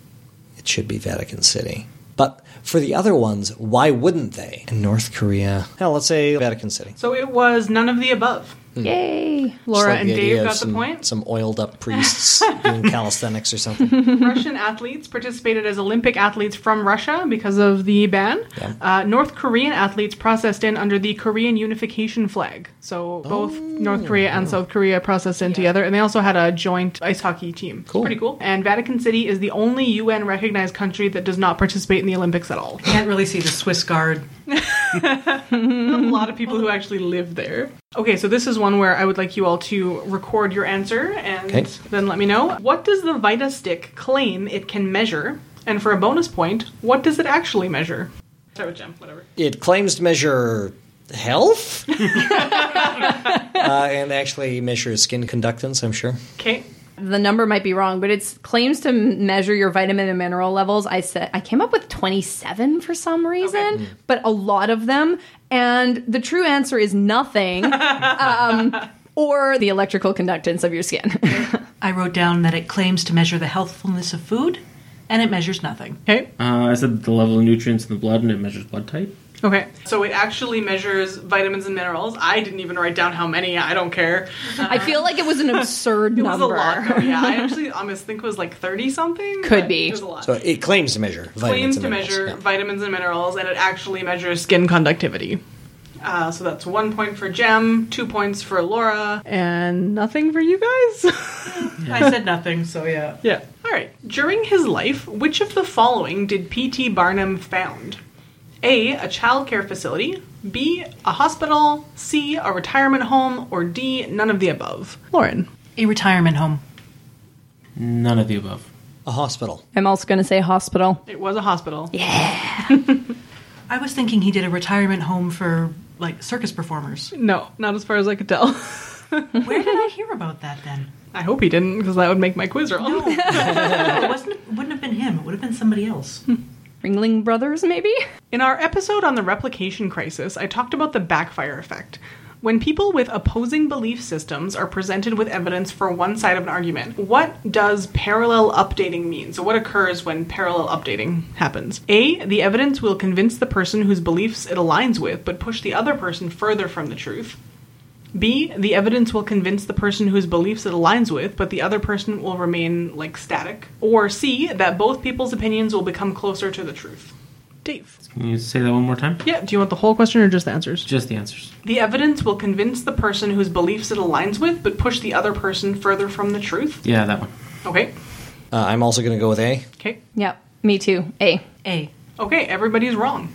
S2: it should be Vatican City. But for the other ones, why wouldn't they? And North Korea. Hell, let's say Vatican City.
S1: So it was none of the above.
S2: Hmm.
S3: Yay.
S1: Laura
S2: Just like
S1: and
S2: the idea
S1: Dave
S2: of
S1: got
S2: some,
S1: the point.
S2: Some oiled
S1: [laughs]
S2: up priests doing calisthenics or something. [laughs]
S1: Russian athletes participated as Olympic athletes from Russia because of the ban.
S2: Yeah.
S1: Uh, North Korean athletes processed in under the Korean unification flag. So both
S2: Oh,
S1: North Korea and South Korea processed in together, and they also had a joint ice hockey team. It's
S2: Cool.
S1: Pretty cool. And Vatican City is the only UN recognized country that does not participate in the Olympics at all.
S4: Can't really see the Swiss Guard.
S1: a lot of
S3: [laughs]
S1: people who actually live there. Okay, so this is one where I would like you all to record your answer and
S2: Okay.
S1: then let me know. What does the Vita stick claim it can measure? And for a bonus point, what does it actually measure? Start with Jim, whatever.
S2: It claims to measure health [laughs] uh, and actually measures skin conductance, I'm sure.
S1: Okay.
S3: The number might be wrong, but it's claims to m- measure your vitamin and mineral levels. I said I came up with 27 for some reason,
S1: Hmm.
S3: but a lot of them and the true answer
S1: [laughs]
S3: is nothing. um Or the electrical conductance of your skin. [laughs]
S4: I wrote down that it claims to measure the healthfulness of food, and it measures nothing.
S1: Okay.
S6: Uh, I said the level of nutrients in the blood, and it measures blood type.
S1: Okay. So it actually measures vitamins and minerals. I didn't even write down how many. I don't care.
S3: I feel like it was an
S1: Uh-huh. [laughs]
S3: absurd
S1: It was
S3: number.
S1: a lot. Though. Yeah, I
S3: [laughs]
S1: actually almost think it was like 30 something.
S3: Could
S1: but
S3: be.
S1: It was a lot.
S2: So it claims to measure
S1: claims
S2: vitamins and
S1: to
S2: minerals.
S1: measure
S2: Yeah.
S1: vitamins and minerals, and it actually measures skin conductivity. Uh, so that's one point for Jem, two points for Laura, and nothing for you guys. [laughs]
S4: I said nothing, so yeah.
S1: yeah. All right. During his life, which of the following did P.T. Barnum found? A. A childcare facility. B. A hospital. C. A retirement home. Or D. None of the above. Lauren.
S4: A retirement home.
S6: None of the above.
S2: A hospital.
S3: I'm also going to say hospital.
S1: It was a hospital.
S4: I was thinking he did a retirement home for like circus performers.
S1: No, not as far as I could tell. [laughs]
S4: Where did I hear about that then?
S1: I hope he didn't, because that would make my quiz [laughs] wrong.
S4: No, Oh, it wasn't. It wouldn't have been him. It would have been somebody else.
S3: Ringling Brothers, maybe?
S1: In our episode on the replication crisis, I talked about the backfire effect. When people with opposing belief systems are presented with evidence for one side of an argument, what does parallel updating mean? So, what occurs when parallel updating happens? A. The evidence will convince the person whose beliefs it aligns with, but push the other person further from the truth. B. The evidence will convince the person whose beliefs it aligns with, but the other person will remain like static. Or C. That both people's opinions will become closer to the truth. Dave.
S6: Can you say that one more time?
S1: Yeah, do you want the whole question or just the answers?
S6: Just the answers.
S1: The evidence will convince the person whose beliefs it aligns with, but push the other person further from the truth.
S6: Yeah, that one.
S1: Okay,
S2: Uh, I'm also going to go with A.
S1: okay,
S3: Yep, me too. A.
S4: A.
S1: okay, everybody's wrong.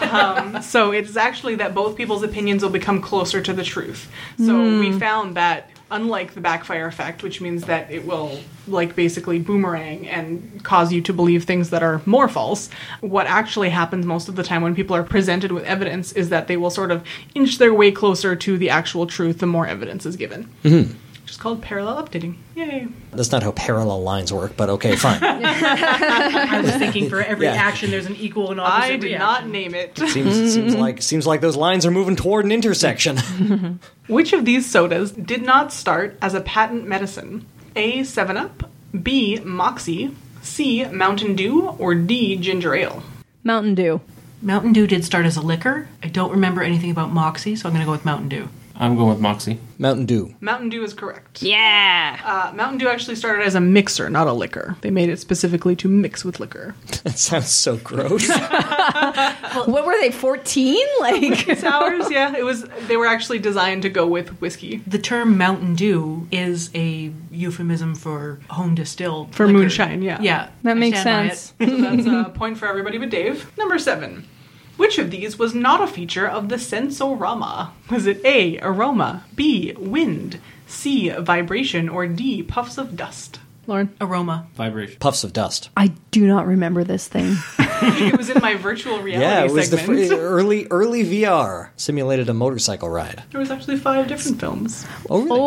S1: um, so it's actually that both people's opinions will become closer to the truth. So we found that unlike the backfire effect, which means that it will like basically boomerang and cause you to believe things that are more false, what actually happens most of the time when people are presented with evidence is that they will sort of inch their way closer to the actual truth the more evidence is given. Mm-hmm. Which is called parallel updating. Yay.
S2: That's not how parallel lines work, but okay, fine.
S4: I was thinking for every
S2: Yeah.
S4: action, there's an equal and opposite
S1: I did
S4: reaction.
S1: not name it.
S2: seems, seems like seems like those lines are moving toward an intersection. [laughs]
S1: Which of these sodas did not start as a patent medicine? A. 7 Up, B. Moxie, C. Mountain Dew, or D. Ginger Ale?
S3: Mountain Dew.
S4: Mountain Dew did start as a liquor. I don't remember anything about Moxie, so I'm going to go with Mountain Dew.
S6: I'm going with Moxie.
S2: Mountain Dew. [laughs]
S1: Mountain Dew is correct.
S3: Yeah.
S1: Uh, Mountain Dew actually started as a mixer, not a liquor. They made it specifically to mix with liquor.
S2: That sounds so gross.
S3: what were they? Fourteen? [laughs]
S1: [laughs]
S3: Like
S1: Sours, yeah. It was. They were actually designed to go with whiskey
S4: The term Mountain Dew is a euphemism for home distilled
S1: for
S4: liquor.
S1: moonshine. Yeah.
S4: Yeah,
S3: that
S4: I
S3: makes
S4: stand by
S3: sense.
S4: it.
S1: So that's a point for everybody but Dave. Number seven. Which of these was not a feature of the sensorama? Was it A, aroma, B, wind, C, vibration, or D, puffs of dust? Lauren?
S4: Aroma.
S6: Vibration.
S2: Puffs of dust.
S3: I do not remember this thing.
S1: It was in
S2: [laughs]
S1: my virtual reality
S2: yeah, it was the
S1: segment.
S2: fir- [laughs] early early VR simulated a motorcycle ride.
S1: there was actually five different films.
S2: Oh, really?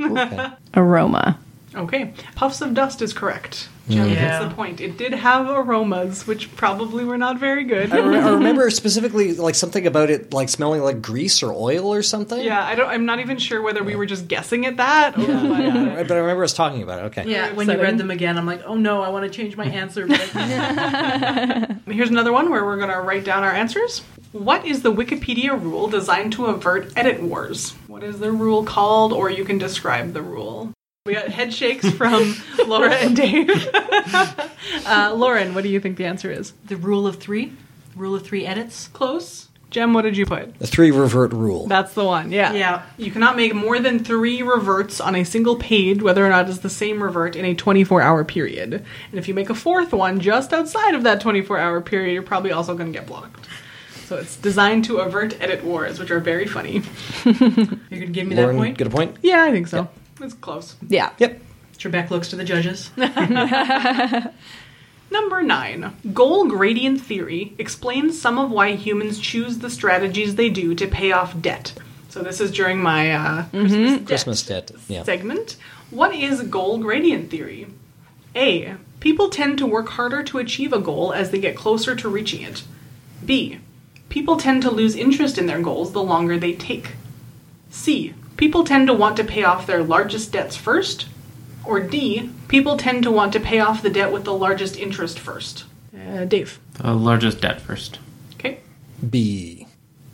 S3: oh [laughs] right. Aroma.
S1: Okay. Puffs of dust is correct.
S2: Mm.
S1: Jen
S4: Yeah.
S1: gets the point. It did have aromas, which probably were not very good.
S2: I, re- I remember specifically like something about it like smelling like grease or oil or something.
S1: yeah, I don't I'm not even sure whether we were just guessing at that or what.
S2: I- [laughs] but I remember us talking about it. Okay.
S4: Yeah, when you read them again, I'm like, oh no, I want to change my answer. [laughs]
S1: Here's another one where we're going to write down our answers. What is the Wikipedia rule designed to avert edit wars? What is the rule called, or you can describe the rule? We got head shakes from Laura and Dave. [laughs] uh, Lauren, what do you think the answer is?
S4: the rule of three, rule of three edits.
S1: Close. Jem, what did you put?
S2: The three revert rule.
S1: That's the one, yeah.
S4: Yeah.
S1: You cannot make more than three reverts on a single page, whether or not it's the same revert, in a 24 hour period. And if you make a fourth one just outside of that 24 hour period, you're probably also going to get blocked. So it's designed to avert edit wars, which are very funny.
S4: You're gonna give me
S2: Lauren,
S4: that point.
S2: get a point.
S1: Yeah, I think so. It's close.
S3: Yeah.
S2: Yep.
S4: Trebek looks to the judges.
S1: Number nine, goal gradient theory explains some of why humans choose the strategies they do to pay off debt. So this is during my uh, Christmas debt.
S2: Christmas debt. Yeah.
S1: segment. What is goal gradient theory? A. People tend to work harder to achieve a goal as they get closer to reaching it. B. People tend to lose interest in their goals the longer they take. C. People tend to want to pay off their largest debts first. Or D. People tend to want to pay off the debt with the largest interest first. Uh, Dave.
S6: Uh, largest debt first.
S1: Okay.
S2: B.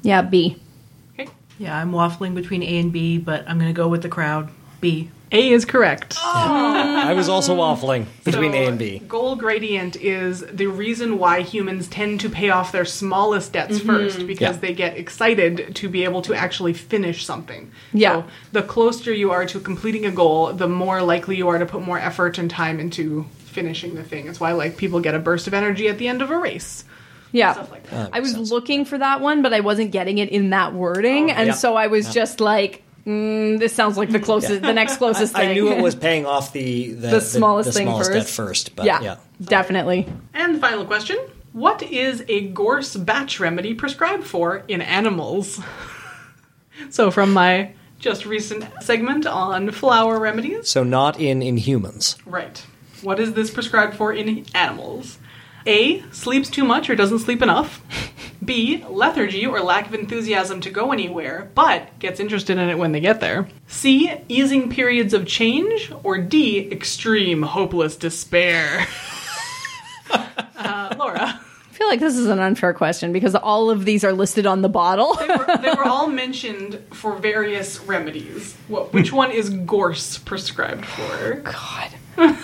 S3: Yeah. B.
S1: Okay.
S4: yeah, I'm waffling between A and B, but I'm gonna go with the crowd. B.
S1: A is correct.
S2: I was also waffling between
S1: So,
S2: A and B.
S1: Goal gradient is the reason why humans tend to pay off their smallest debts first because
S2: Yeah.
S1: they get excited to be able to actually finish something.
S3: Yeah.
S1: So the closer you are to completing a goal, the more likely you are to put more effort and time into finishing the thing. It's why like people get a burst of energy at the end of a race.
S3: Yeah.
S1: Stuff like that.
S2: That
S3: I
S2: makes
S3: was
S2: sense. Oh,
S3: looking for that one, but I wasn't getting it in that wording, and
S2: yeah.
S3: so I was just like, mm, "This sounds like the closest, the next closest thing."
S2: [laughs] I knew it was paying off the the,
S3: the smallest
S2: the
S3: thing
S2: smallest
S3: first.
S2: debt first, but
S3: yeah,
S2: yeah.
S3: definitely.
S1: And the final question. What is a gorse batch remedy prescribed for in animals? [laughs] so from my just recent segment on flower remedies.
S2: So not in Inhumans.
S1: Right. What is this prescribed for in animals? A. Sleeps too much or doesn't sleep enough. B. Lethargy or lack of enthusiasm to go anywhere, but gets interested in it when they get there. C. Easing periods of change. Or D. Extreme hopeless despair. [laughs] uh, Laura.
S3: I feel like this is an unfair question because all of these are listed on the bottle. [laughs]
S1: They were, they were all mentioned for various remedies. What, which one is gorse prescribed for?
S3: God,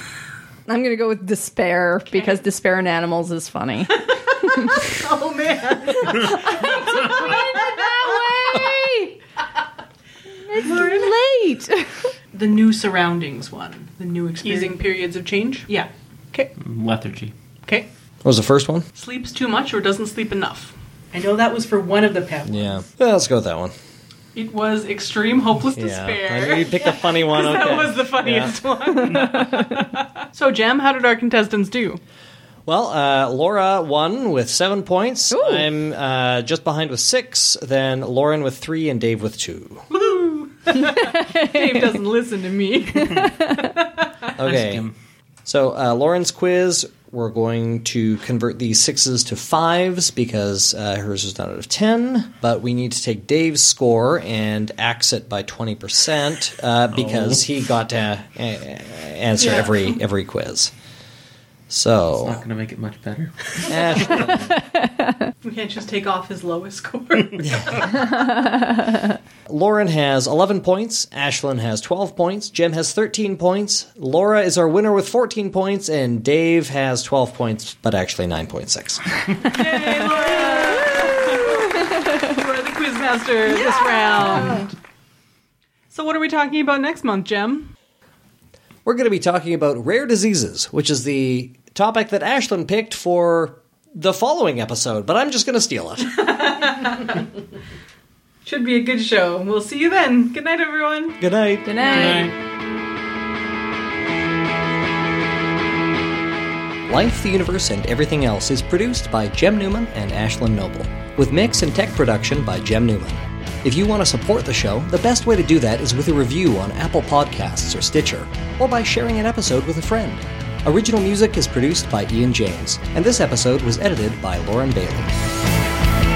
S3: I'm gonna go with despair because despair in animals
S2: [laughs]
S3: is funny.
S1: Oh man.
S3: [laughs] it's late.
S4: The new surroundings one. The new experience.
S1: Easing periods of change.
S4: Yeah.
S1: Okay.
S6: Lethargy.
S1: Okay.
S2: What was the first one?
S1: sleeps too much or doesn't sleep enough.
S4: I know that was for one of the pep.
S2: Yeah. Yeah, let's go with that one.
S1: It was extreme hopeless
S2: I
S1: despair.
S2: knew you picked a funny
S3: [laughs]
S2: one. Okay.
S1: [laughs] That was the funniest one. [laughs] so, Jem, how did our contestants do?
S2: Well, uh, Laura won with seven points.
S3: Ooh.
S2: I'm uh, just behind with six. Then Lauren with three and Dave with two.
S1: Dave doesn't listen to [laughs] me.
S2: Okay.
S6: skim.
S2: so uh, Lauren's quiz, we're going to convert these sixes to fives because uh, hers was not out of ten. But we need to take Dave's score and ax it by twenty percent uh, because he got to uh, answer every every quiz. So
S6: Not going to make it much better.
S2: Eh, sure.
S1: We can't just take off his lowest [laughs] score.
S2: Lauren has 11 points, Ashlyn has 12 points, Jem has 13 points, Laura is our winner with 14 points, and Dave has 12 points, but actually 9.6.
S1: Yay, Laura! you are the quiz master this round. So, what are we talking about next month, Jem?
S2: We're going to be talking about rare diseases, which is the topic that Ashlyn picked for the following episode, but I'm just going to steal it.
S1: Should be a good show. We'll see you then. Good night, everyone.
S2: [laughs] Good night.
S3: Good night.
S2: Life, the Universe, and Everything Else is produced by Jem Newman and Ashlyn Noble, with mix and tech production by Jem Newman. If you want to support the show, the best way to do that is with a review on Apple Podcasts or Stitcher, or by sharing an episode with a friend. Original music is produced by Ian James, and this episode was edited by Lauren Bailey.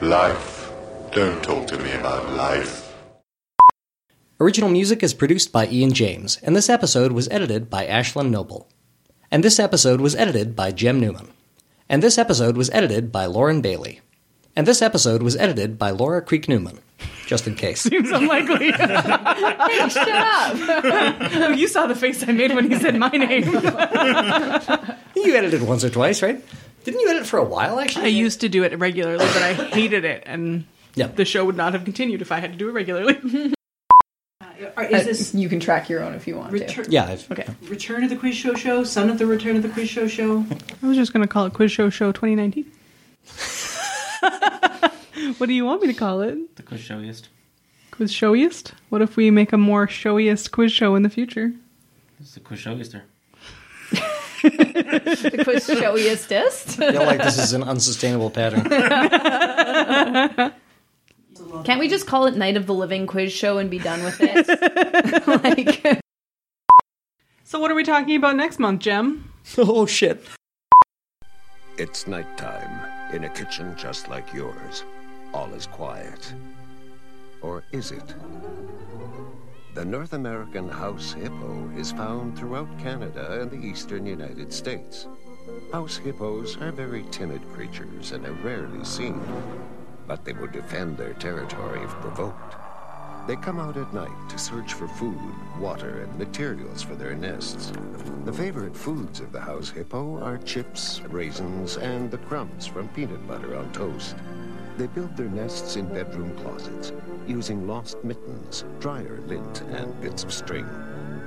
S8: Life. Don't talk to me about life.
S2: Original music is produced by Ian James, and this episode was edited by Ashlyn Noble. And this episode was edited by Jem Newman. And this episode was edited by Lauren Bailey. And this episode was edited by Laura Creek Newman, just
S1: [laughs]
S2: in case.
S1: Seems unlikely.
S3: Shut up.
S1: oh, you saw the face I made when he said my name.
S2: you edited once or twice, right? Didn't you edit for a while,
S1: I
S2: actually?
S1: used to do it regularly, but I hated it, and
S2: Yeah.
S1: the show would not have continued if I had to do it regularly.
S4: Or is this
S9: You can track your own if you want to.
S4: return,
S2: Yeah, I've,
S1: Okay.
S4: return of the Quiz Show Show, son of the Return of the Quiz Show Show?
S1: I was just going to call it Quiz Show Show [laughs] 2019. what do you want me to call it?
S6: The quiz showiest.
S1: Quiz showiest? What if we make a more showiest quiz show in the future?
S6: It's the quiz showiester.
S9: The quiz showiestest.
S2: I feel like this is an unsustainable pattern.
S3: Can't we just call it Night of the Living Quiz Show and be done with it?
S9: like,
S1: So, what are we talking about next month, Jem?
S2: oh, shit.
S7: It's nighttime in a kitchen just like yours. All is quiet. Or is it? The North American house hippo is found throughout Canada and the eastern United States. House hippos are very timid creatures and are rarely seen, but they will defend their territory if provoked. They come out at night to search for food, water, and materials for their nests. The favorite foods of the house hippo are chips, raisins, and the crumbs from peanut butter on toast. They build their nests in bedroom closets using lost mittens, dryer lint, and bits of string.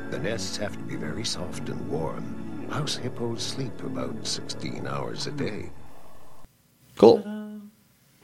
S7: The nests have to be very soft and warm. House hippos sleep about 16 hours a day.
S2: Cool.